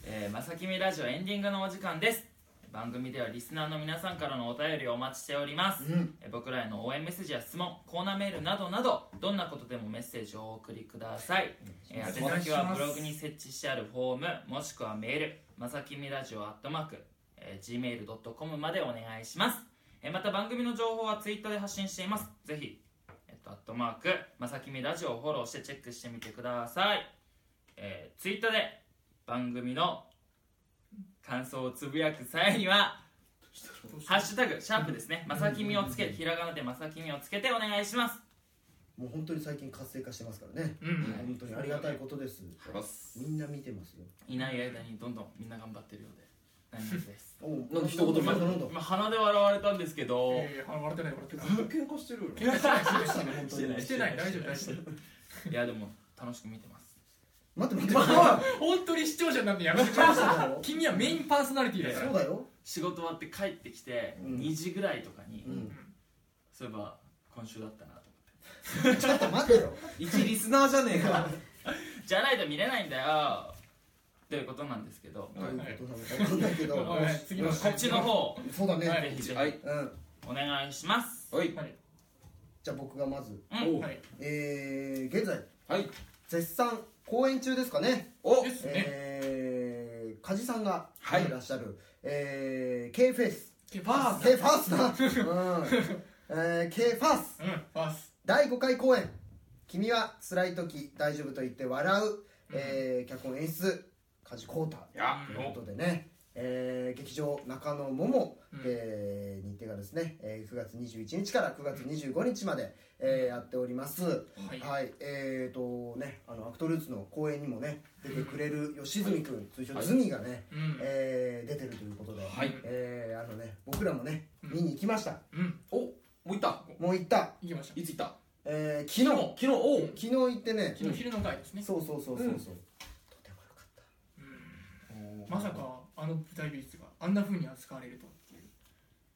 [SPEAKER 1] えー、まさきみラジオエンディングのお時間です番組ではリスナーの皆さんからのお便りをお待ちしております、
[SPEAKER 2] うん
[SPEAKER 1] えー僕らへの応援メッセージや質問コーナーメールなどなどどんなことでもメッセージをお送りください、えー、
[SPEAKER 4] お
[SPEAKER 1] 宛
[SPEAKER 4] 願いし
[SPEAKER 1] 先
[SPEAKER 4] ます
[SPEAKER 1] はブログに設置してあるフォームもしくはメールまさきみラジオアットマーク、えー、gmail.com までお願いします、えーまた番組の情報はツイッターで発信していますぜひえっと、アットマーク、まさきみラジオをフォローしてチェックしてみてください。えー、ツイッターで番組の感想をつぶやく際には、ハッシュタグ、シャープですね。まさきみをつけて、ひらがなでまさきみをつけてお願いします。
[SPEAKER 2] もう本当に最近活性化してますからね、
[SPEAKER 4] うん
[SPEAKER 2] 本当にありがたいことですみんな見てますよ
[SPEAKER 1] いない間にどんどんみんな頑張ってるようで、何よりです。
[SPEAKER 2] おう
[SPEAKER 3] なんで一言
[SPEAKER 2] な
[SPEAKER 3] も
[SPEAKER 2] んだなんだ
[SPEAKER 1] まあ、鼻で笑われたんですけど、
[SPEAKER 4] ええ笑ってない笑ってない
[SPEAKER 3] 喧嘩してるよ
[SPEAKER 4] 怪我してない怪我してない
[SPEAKER 2] 本当に
[SPEAKER 1] してない
[SPEAKER 4] してない大丈夫大丈夫
[SPEAKER 1] いや、でも楽しく見てます。
[SPEAKER 2] 待って待って待って
[SPEAKER 4] 本当に視聴者になってやめてください
[SPEAKER 2] そうだよ
[SPEAKER 4] 君はメインパーソナリティだか
[SPEAKER 2] そう
[SPEAKER 4] ら
[SPEAKER 2] だよ、
[SPEAKER 1] 仕事終わって帰ってきて、
[SPEAKER 2] うん
[SPEAKER 1] 2時ぐらいとかに、
[SPEAKER 2] うん、
[SPEAKER 1] そういえば今週だったなと思って。
[SPEAKER 2] ちょっと待てよ
[SPEAKER 3] 一リスナーじゃねえか
[SPEAKER 1] じゃないと見れないんだよということなんですけど、
[SPEAKER 2] どういうことなのか分かんないけど
[SPEAKER 4] はい次の
[SPEAKER 1] こっちの方、
[SPEAKER 2] そうだね、
[SPEAKER 4] は
[SPEAKER 1] ぜひぜ
[SPEAKER 3] はい
[SPEAKER 2] うん
[SPEAKER 1] ひお願いします。
[SPEAKER 3] はい
[SPEAKER 2] じゃあ僕がまず
[SPEAKER 1] うん
[SPEAKER 3] お
[SPEAKER 4] はい
[SPEAKER 2] えー、現在
[SPEAKER 3] はい
[SPEAKER 2] 絶賛公演中ですかね
[SPEAKER 3] お
[SPEAKER 4] ですね
[SPEAKER 2] えー、梶さんが
[SPEAKER 3] はい
[SPEAKER 2] いらっしゃる、えー、K フェイス
[SPEAKER 4] パース
[SPEAKER 2] K ファースだ、うんえー、K ファース
[SPEAKER 4] うんパース
[SPEAKER 2] 第5回公演「君は辛い時大丈夫と言って笑う」えー、脚本演出梶浩太
[SPEAKER 3] いや
[SPEAKER 2] ということでね、えー、劇場中野桃、
[SPEAKER 4] うん
[SPEAKER 2] えー日程がですね、えー、9月21日から9月25日まで、えーやっております、
[SPEAKER 4] はい
[SPEAKER 2] はい、えーとね、あのアクトルーツの公演にもね出てくれる吉住君、通称
[SPEAKER 3] はい
[SPEAKER 2] ズミがね、
[SPEAKER 4] うん
[SPEAKER 2] えー出てるということで、
[SPEAKER 3] はい
[SPEAKER 2] えーあのね僕らもね
[SPEAKER 4] うん
[SPEAKER 2] 見に行きました、
[SPEAKER 4] うん
[SPEAKER 3] おもう行った
[SPEAKER 2] もう行った、
[SPEAKER 4] 行きましょ
[SPEAKER 3] いつ行った
[SPEAKER 2] えー昨日
[SPEAKER 3] 昨日おう
[SPEAKER 2] 昨日行ってね
[SPEAKER 4] う昨日昼の回ですね
[SPEAKER 2] そうそうそうそうそう、
[SPEAKER 3] うん
[SPEAKER 2] とてもよかった
[SPEAKER 4] まさかあの舞台美術があんな風に扱われるとはっていう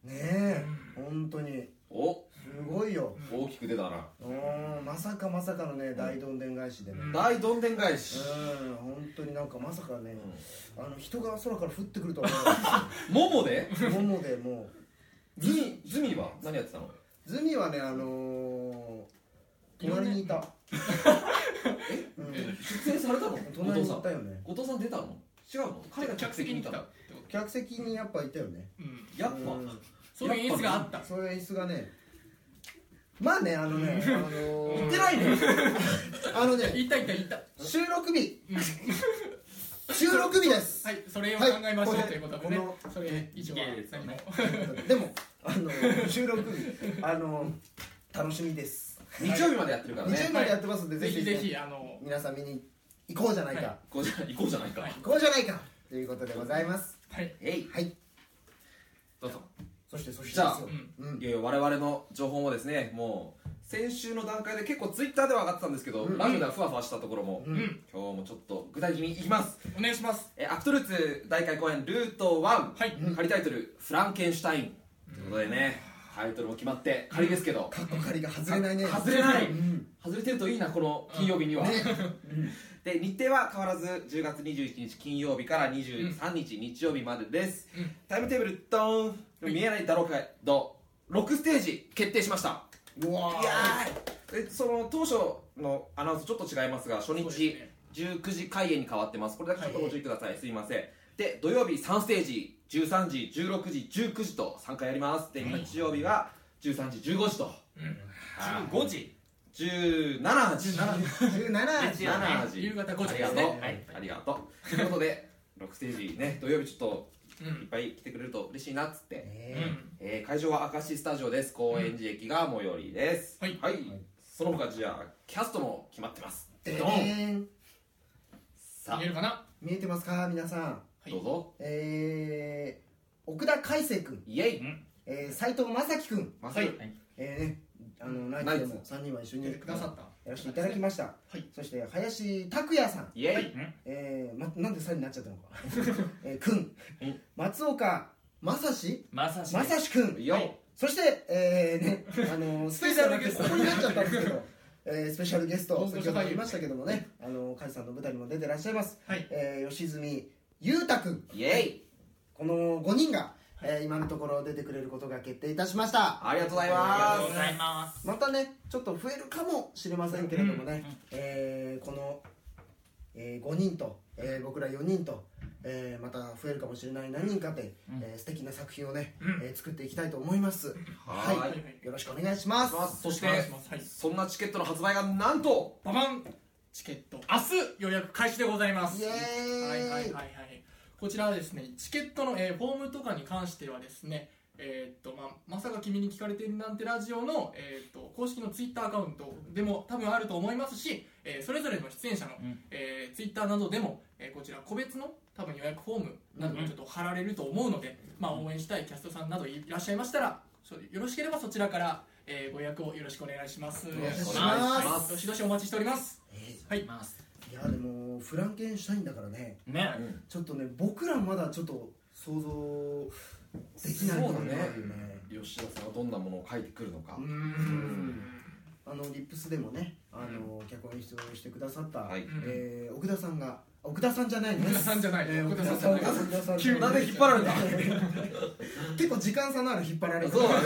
[SPEAKER 2] ねえ本当に
[SPEAKER 3] お
[SPEAKER 2] すごいよ
[SPEAKER 3] 大きく出たな
[SPEAKER 2] うんまさかまさかのね大どんでん返しでね
[SPEAKER 4] うん
[SPEAKER 3] 大どんでん返し
[SPEAKER 2] うん本当になんかまさかねあの人が空から降ってくるとは思わなかっ
[SPEAKER 3] ももで
[SPEAKER 2] たももでもう
[SPEAKER 3] ズミズミは何やってたの
[SPEAKER 2] ズミはねあのー、隣にいたえ、 うん、
[SPEAKER 3] 出演されたのお
[SPEAKER 2] 隣
[SPEAKER 3] 父
[SPEAKER 2] に
[SPEAKER 3] さ
[SPEAKER 2] い
[SPEAKER 3] ん
[SPEAKER 2] たよね
[SPEAKER 3] お父さん出たの違うの彼が
[SPEAKER 4] 客席に来た
[SPEAKER 3] の
[SPEAKER 4] ってこと
[SPEAKER 2] 客席にやっぱいたよね
[SPEAKER 4] うん
[SPEAKER 3] やっ
[SPEAKER 2] うん
[SPEAKER 3] ぱ
[SPEAKER 4] そういう演出があった
[SPEAKER 2] そういう演出がねまあねあのねあの
[SPEAKER 3] 行
[SPEAKER 2] ー
[SPEAKER 3] ってないね
[SPEAKER 2] あのね
[SPEAKER 4] いたいたいた
[SPEAKER 2] 収録日収録日です
[SPEAKER 4] はいそれを考えましょう
[SPEAKER 2] はい
[SPEAKER 4] ということでね
[SPEAKER 2] こ
[SPEAKER 4] それ以上はい
[SPEAKER 1] けるですよ
[SPEAKER 4] 何も
[SPEAKER 1] ね
[SPEAKER 2] でもあのー収録日あのー楽しみです
[SPEAKER 3] 日曜日までやってるから
[SPEAKER 2] 20
[SPEAKER 3] ね
[SPEAKER 2] までやってますんで、
[SPEAKER 4] ぜ
[SPEAKER 2] ぜ
[SPEAKER 4] ひ
[SPEAKER 2] ひ
[SPEAKER 4] ぜ
[SPEAKER 2] ぜ
[SPEAKER 4] ひ
[SPEAKER 2] ひ
[SPEAKER 4] あの
[SPEAKER 2] 皆さん見に行こうじゃないか、
[SPEAKER 4] は
[SPEAKER 3] こうじゃ行こうじゃないか
[SPEAKER 4] はい
[SPEAKER 2] 行こうじゃないかということでございます
[SPEAKER 4] はい
[SPEAKER 3] えい
[SPEAKER 2] はい
[SPEAKER 1] どうぞ。
[SPEAKER 2] そしてそして
[SPEAKER 3] じゃあ
[SPEAKER 2] ですようん
[SPEAKER 3] いやいや我々の情報もですねもう先週の段階で結構ツイッターでは上がってたんですけど、
[SPEAKER 2] うん
[SPEAKER 3] ラグナふわふわしたところも、
[SPEAKER 2] う
[SPEAKER 4] うんん
[SPEAKER 3] 今日もちょっと具体的にいきます、
[SPEAKER 4] お願いします
[SPEAKER 3] えアクトルーツ大会公演ルート1、
[SPEAKER 4] はい
[SPEAKER 3] 仮タイトル「フランケンシュタイン」ということでね、タイトルも決まって仮ですけど、
[SPEAKER 2] カッコ仮が外れないね
[SPEAKER 3] 外 れない
[SPEAKER 2] うん
[SPEAKER 3] 外れてるといいなこの金曜日には、
[SPEAKER 2] ね
[SPEAKER 3] で日程は変わらず10月21日金曜日から23日日曜日までです、
[SPEAKER 4] うん
[SPEAKER 3] タイムテーブルドーン見えないだろうかど6ステージ決定しました
[SPEAKER 2] うわー
[SPEAKER 3] いやーえその当初のアナウンスちょっと違いますが初
[SPEAKER 4] そうです
[SPEAKER 3] 日
[SPEAKER 4] ね
[SPEAKER 3] 19時開演に変わってますこれだけちょっとご注意ください、すいませんで土曜日3ステージ13時16時19時と3回やりますで日曜日は13時15時と、はい
[SPEAKER 1] 15時
[SPEAKER 3] 17時
[SPEAKER 2] 17
[SPEAKER 1] ですよね
[SPEAKER 3] 17時
[SPEAKER 4] 夕方5
[SPEAKER 3] あ
[SPEAKER 4] 時
[SPEAKER 3] り
[SPEAKER 4] で
[SPEAKER 3] がとう、
[SPEAKER 4] すね
[SPEAKER 1] はい
[SPEAKER 3] ありがとうということで6ステージね土曜日ちょ
[SPEAKER 4] う
[SPEAKER 3] っといっ
[SPEAKER 4] ん
[SPEAKER 3] ぱい来てくれると嬉しいなっつって、
[SPEAKER 4] う
[SPEAKER 2] ね
[SPEAKER 4] ん
[SPEAKER 3] えー会場は明石スタジオです高円寺駅が最寄りです、
[SPEAKER 4] はい
[SPEAKER 3] その他じゃあキャストも決まってます
[SPEAKER 2] で
[SPEAKER 3] ドン
[SPEAKER 2] ねん
[SPEAKER 3] さ
[SPEAKER 4] 見え
[SPEAKER 3] あ
[SPEAKER 4] るかな
[SPEAKER 2] 見えてますか皆さん
[SPEAKER 4] はい
[SPEAKER 3] どうぞ
[SPEAKER 2] えー、奥田海星君、
[SPEAKER 3] イエイ
[SPEAKER 2] えー、斉藤正樹君
[SPEAKER 3] ま
[SPEAKER 4] はい
[SPEAKER 2] えー、ねあのナイツでも3人は一緒に
[SPEAKER 4] 出
[SPEAKER 2] や
[SPEAKER 4] てくださった
[SPEAKER 2] らせていただきました、
[SPEAKER 4] はい
[SPEAKER 2] そして林拓也さん、
[SPEAKER 3] イエイ、
[SPEAKER 2] えーま、なんで3になっちゃったの か、えー、君
[SPEAKER 3] うん
[SPEAKER 2] 松岡正史
[SPEAKER 1] まさし
[SPEAKER 2] 正史君
[SPEAKER 3] いいよ、
[SPEAKER 2] そして、えーねあ のー、スペシャルゲストここになっちゃったんですけど、えー、スペシャルゲスト
[SPEAKER 4] 大御所
[SPEAKER 2] 先ほど言いましたけどもねあのー梶さんの舞台にも出てらっしゃいます、
[SPEAKER 4] はい
[SPEAKER 2] えー、吉住裕太君
[SPEAKER 3] イエイ
[SPEAKER 2] この5人が、えー今のところ出てくれることが決定いたしました
[SPEAKER 3] ありがとうござい
[SPEAKER 1] ありがとうご
[SPEAKER 3] ます
[SPEAKER 1] ざいます
[SPEAKER 2] またねちょっと増えるかもしれませんけれどもね、えーこの、えー5人と、えー僕ら4人と、えーまた増えるかもしれない何人かで、えー素敵な作品をね、えー作っていきたいと思います、
[SPEAKER 3] はーい
[SPEAKER 2] は
[SPEAKER 4] はい
[SPEAKER 2] いよろしくお願いします
[SPEAKER 3] そし
[SPEAKER 4] お願い
[SPEAKER 3] て
[SPEAKER 4] しますはい
[SPEAKER 3] そんなチケットの発売がなんと
[SPEAKER 4] ババンチケット明日予約開始でございます
[SPEAKER 2] イエーイ
[SPEAKER 4] はいはいはいはいこちらはですねチケットの、えーフォームとかに関してはですねえーっとまあ、まさか君に聞かれてるなんてラジオの、えーっと公式のツイッターアカウントでも多分あると思いますし、えーそれぞれの出演者の、
[SPEAKER 1] うん
[SPEAKER 4] えーツイッターなどでも、えーこちら個別の多分予約フォームなどがちょっと貼られると思うので、まあ、応援したいキャストさんなどいらっしゃいましたらそよろしければそちらから、えーご予約をよろしくお願いします。
[SPEAKER 2] お願いします
[SPEAKER 4] はいどしどしお待ちしております。はい
[SPEAKER 1] います
[SPEAKER 2] いやでもフランケンシュタインだからね
[SPEAKER 1] ね
[SPEAKER 2] ちょっとね僕らまだちょっと想像できないものがあるよね
[SPEAKER 3] 吉田さんはどんなものを書いてくるのか、
[SPEAKER 2] うーんあのリップスでもねあの、脚本に出演してくださった、
[SPEAKER 3] はい
[SPEAKER 2] えー奥田さんが奥田さんじゃないね
[SPEAKER 4] 奥田さんじゃない
[SPEAKER 2] えー
[SPEAKER 4] 奥
[SPEAKER 2] 奥
[SPEAKER 4] 田
[SPEAKER 2] 田
[SPEAKER 4] さ
[SPEAKER 2] さ
[SPEAKER 4] ん
[SPEAKER 2] ん
[SPEAKER 4] じゃない
[SPEAKER 2] 奥田さん
[SPEAKER 4] 急に
[SPEAKER 3] なんで引っ張られた
[SPEAKER 2] 結構時間差のある引っ張られる
[SPEAKER 3] そうだ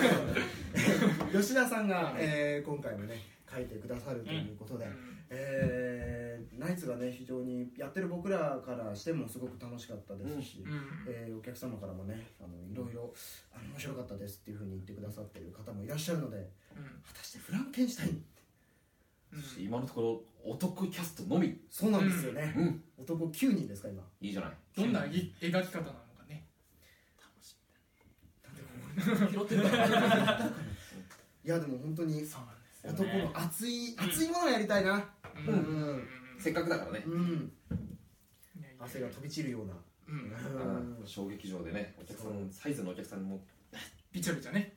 [SPEAKER 2] 吉田さんが、えー今回もね書いてくださるということで、えーナイツがね非常にやってる僕らからしてもすごく楽しかったですし、
[SPEAKER 4] うん
[SPEAKER 2] えーお客様からもねあのいろいろあの面白かったですっていうふうに言ってくださってる方もいらっしゃるので
[SPEAKER 4] うん
[SPEAKER 2] 果たしてフランケンシュタイン
[SPEAKER 4] うん
[SPEAKER 3] 今のところ男キャストのみ
[SPEAKER 2] そうなんですよね、
[SPEAKER 3] うん
[SPEAKER 2] 男9人ですか今
[SPEAKER 3] いいじゃない
[SPEAKER 4] どんなぎ描き方なのかね
[SPEAKER 2] いやでも本当に
[SPEAKER 4] そうなんです
[SPEAKER 2] 男の熱い、熱いものをやりたいな
[SPEAKER 4] う
[SPEAKER 2] うんん、
[SPEAKER 3] せっかくだからね、
[SPEAKER 2] うん、
[SPEAKER 4] いやいや
[SPEAKER 2] 汗が飛び散るような、
[SPEAKER 4] うん
[SPEAKER 2] うん、
[SPEAKER 3] 小劇場でねお客さんサイズのお客さんも
[SPEAKER 4] びちゃびちゃね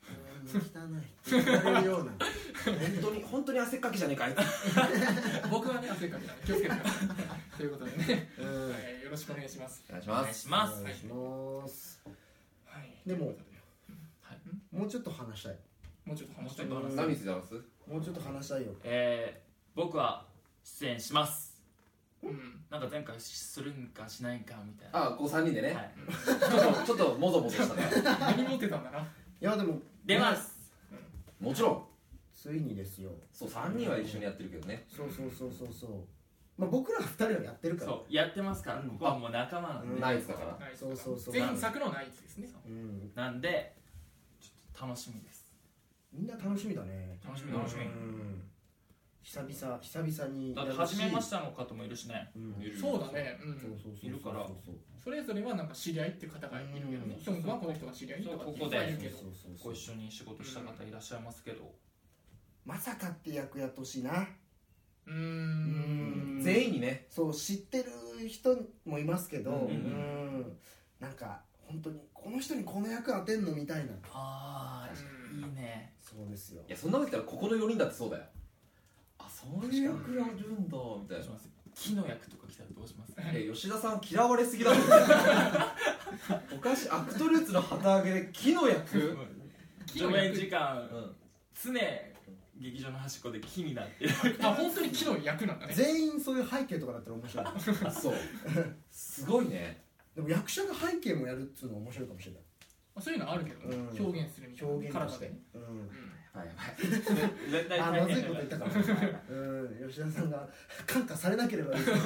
[SPEAKER 2] 汚いって言われるような
[SPEAKER 3] 本当に本当に汗っかきじゃねえかあいつ
[SPEAKER 4] 僕はね汗かいた気をつけてくださいということでね
[SPEAKER 2] うんお
[SPEAKER 4] はいよろしくお願いします
[SPEAKER 3] お願いし
[SPEAKER 1] お
[SPEAKER 3] ま
[SPEAKER 1] 願い
[SPEAKER 3] す
[SPEAKER 1] します
[SPEAKER 2] 願いします
[SPEAKER 4] はい
[SPEAKER 2] でも
[SPEAKER 1] はい
[SPEAKER 2] もうちょっと話したい
[SPEAKER 4] もうちょっと話したい
[SPEAKER 1] もうちょっと話
[SPEAKER 3] 何見てたんです
[SPEAKER 2] もうちょっと話したいよ
[SPEAKER 1] えー僕は出演します
[SPEAKER 4] うん
[SPEAKER 1] なんか前回するんかしないんかみたいな
[SPEAKER 3] あこう3人でね、
[SPEAKER 1] はい
[SPEAKER 3] ちょっとちょっともぞもぞしたね
[SPEAKER 4] 何持ってたんだない
[SPEAKER 2] やでも
[SPEAKER 1] 出ます
[SPEAKER 3] もちろん
[SPEAKER 2] ついにですよ
[SPEAKER 3] そう3人は一緒にやってるけどね
[SPEAKER 2] そうそうそうそうそうまあ僕ら二人はやってるから
[SPEAKER 1] そうやってますから
[SPEAKER 2] うん
[SPEAKER 1] ここはもう仲間なんで
[SPEAKER 3] ナイツだから
[SPEAKER 4] ナイツ
[SPEAKER 2] そうそうそう
[SPEAKER 4] 全員作のナイツですね
[SPEAKER 2] うん、
[SPEAKER 1] なんでちょっと楽しみです
[SPEAKER 2] みんな楽しみだね
[SPEAKER 1] 楽しみ
[SPEAKER 4] うん
[SPEAKER 1] 楽し
[SPEAKER 2] う
[SPEAKER 1] み
[SPEAKER 2] ん久々久々に
[SPEAKER 1] だって
[SPEAKER 2] やる
[SPEAKER 1] 初めましての方もいるしね
[SPEAKER 2] うん
[SPEAKER 4] そうだねう
[SPEAKER 2] そうんそうそう
[SPEAKER 1] いるから
[SPEAKER 2] そうそう
[SPEAKER 4] それぞれはなんか知り合いっていう方がいるけどね
[SPEAKER 2] うん
[SPEAKER 4] ヒョン君はこの人が知り合いとかっていう人がいるけど
[SPEAKER 2] そうそうそ
[SPEAKER 1] ご
[SPEAKER 2] う
[SPEAKER 1] 一緒に仕事した方いらっしゃいますけど
[SPEAKER 2] まさかって役やってほしいな
[SPEAKER 4] うーん
[SPEAKER 3] 全員にね
[SPEAKER 2] そう知ってる人もいますけどう
[SPEAKER 3] うん
[SPEAKER 2] んなんか本当にこの人にこの役当てんのみたいな
[SPEAKER 1] あ
[SPEAKER 4] う
[SPEAKER 1] あ
[SPEAKER 4] ん
[SPEAKER 1] いいね
[SPEAKER 2] そうですよ
[SPEAKER 3] いやそんなこと言ったらここの4人だってそうだよあそういう役やるんだみたい
[SPEAKER 1] どうします木の役とか来たらどうします
[SPEAKER 3] なえ吉田さん嫌われすぎだろおかしいアクトルーツの旗揚げで木の役
[SPEAKER 4] 木
[SPEAKER 1] 上
[SPEAKER 4] の
[SPEAKER 1] 演
[SPEAKER 4] 役
[SPEAKER 1] 時間
[SPEAKER 3] うん
[SPEAKER 1] 常劇場の端っこで木になってる
[SPEAKER 4] あ本当に木の役なんだね
[SPEAKER 2] 全員そういう背景とかだったら面白い
[SPEAKER 3] そうすごいね
[SPEAKER 2] でも役者が背景もやるっつうのは面白いかもしれない
[SPEAKER 4] あそういうのあるけどね、
[SPEAKER 2] うん
[SPEAKER 4] 表現するみたいな
[SPEAKER 2] 表現とし
[SPEAKER 4] 体
[SPEAKER 2] て
[SPEAKER 4] で、
[SPEAKER 2] うん、
[SPEAKER 3] やば
[SPEAKER 1] 絶
[SPEAKER 3] いやばい
[SPEAKER 1] 対
[SPEAKER 2] あ
[SPEAKER 1] 大
[SPEAKER 2] まずい
[SPEAKER 1] 変
[SPEAKER 2] こと
[SPEAKER 1] だよ
[SPEAKER 2] 言ったかもしれないうん吉田さんが感化されなければいいけど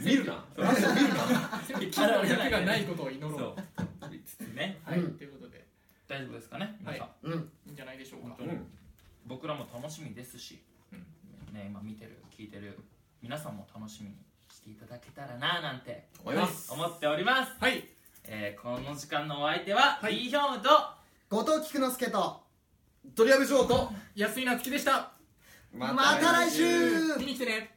[SPEAKER 3] 見るな
[SPEAKER 4] うん木の役がないことを祈
[SPEAKER 1] そ
[SPEAKER 4] ろう
[SPEAKER 1] うね
[SPEAKER 4] はい、
[SPEAKER 2] うん
[SPEAKER 4] ということで
[SPEAKER 1] 大丈夫ですかね皆さん
[SPEAKER 2] うん
[SPEAKER 4] いいんじゃないでしょうか
[SPEAKER 1] 本僕らも楽しみですし
[SPEAKER 4] うん
[SPEAKER 1] ね今見てる聞いてる皆さんも楽しみにしていただけたらなぁなんて
[SPEAKER 3] 思います
[SPEAKER 1] 思っております
[SPEAKER 4] はい
[SPEAKER 1] えーこの時間のお相手は
[SPEAKER 4] はい
[SPEAKER 1] リーヒョンウと
[SPEAKER 2] 後藤菊之助と
[SPEAKER 3] 鳥籔翔と
[SPEAKER 4] 安井なつきでした
[SPEAKER 2] また来週
[SPEAKER 4] 見に来てね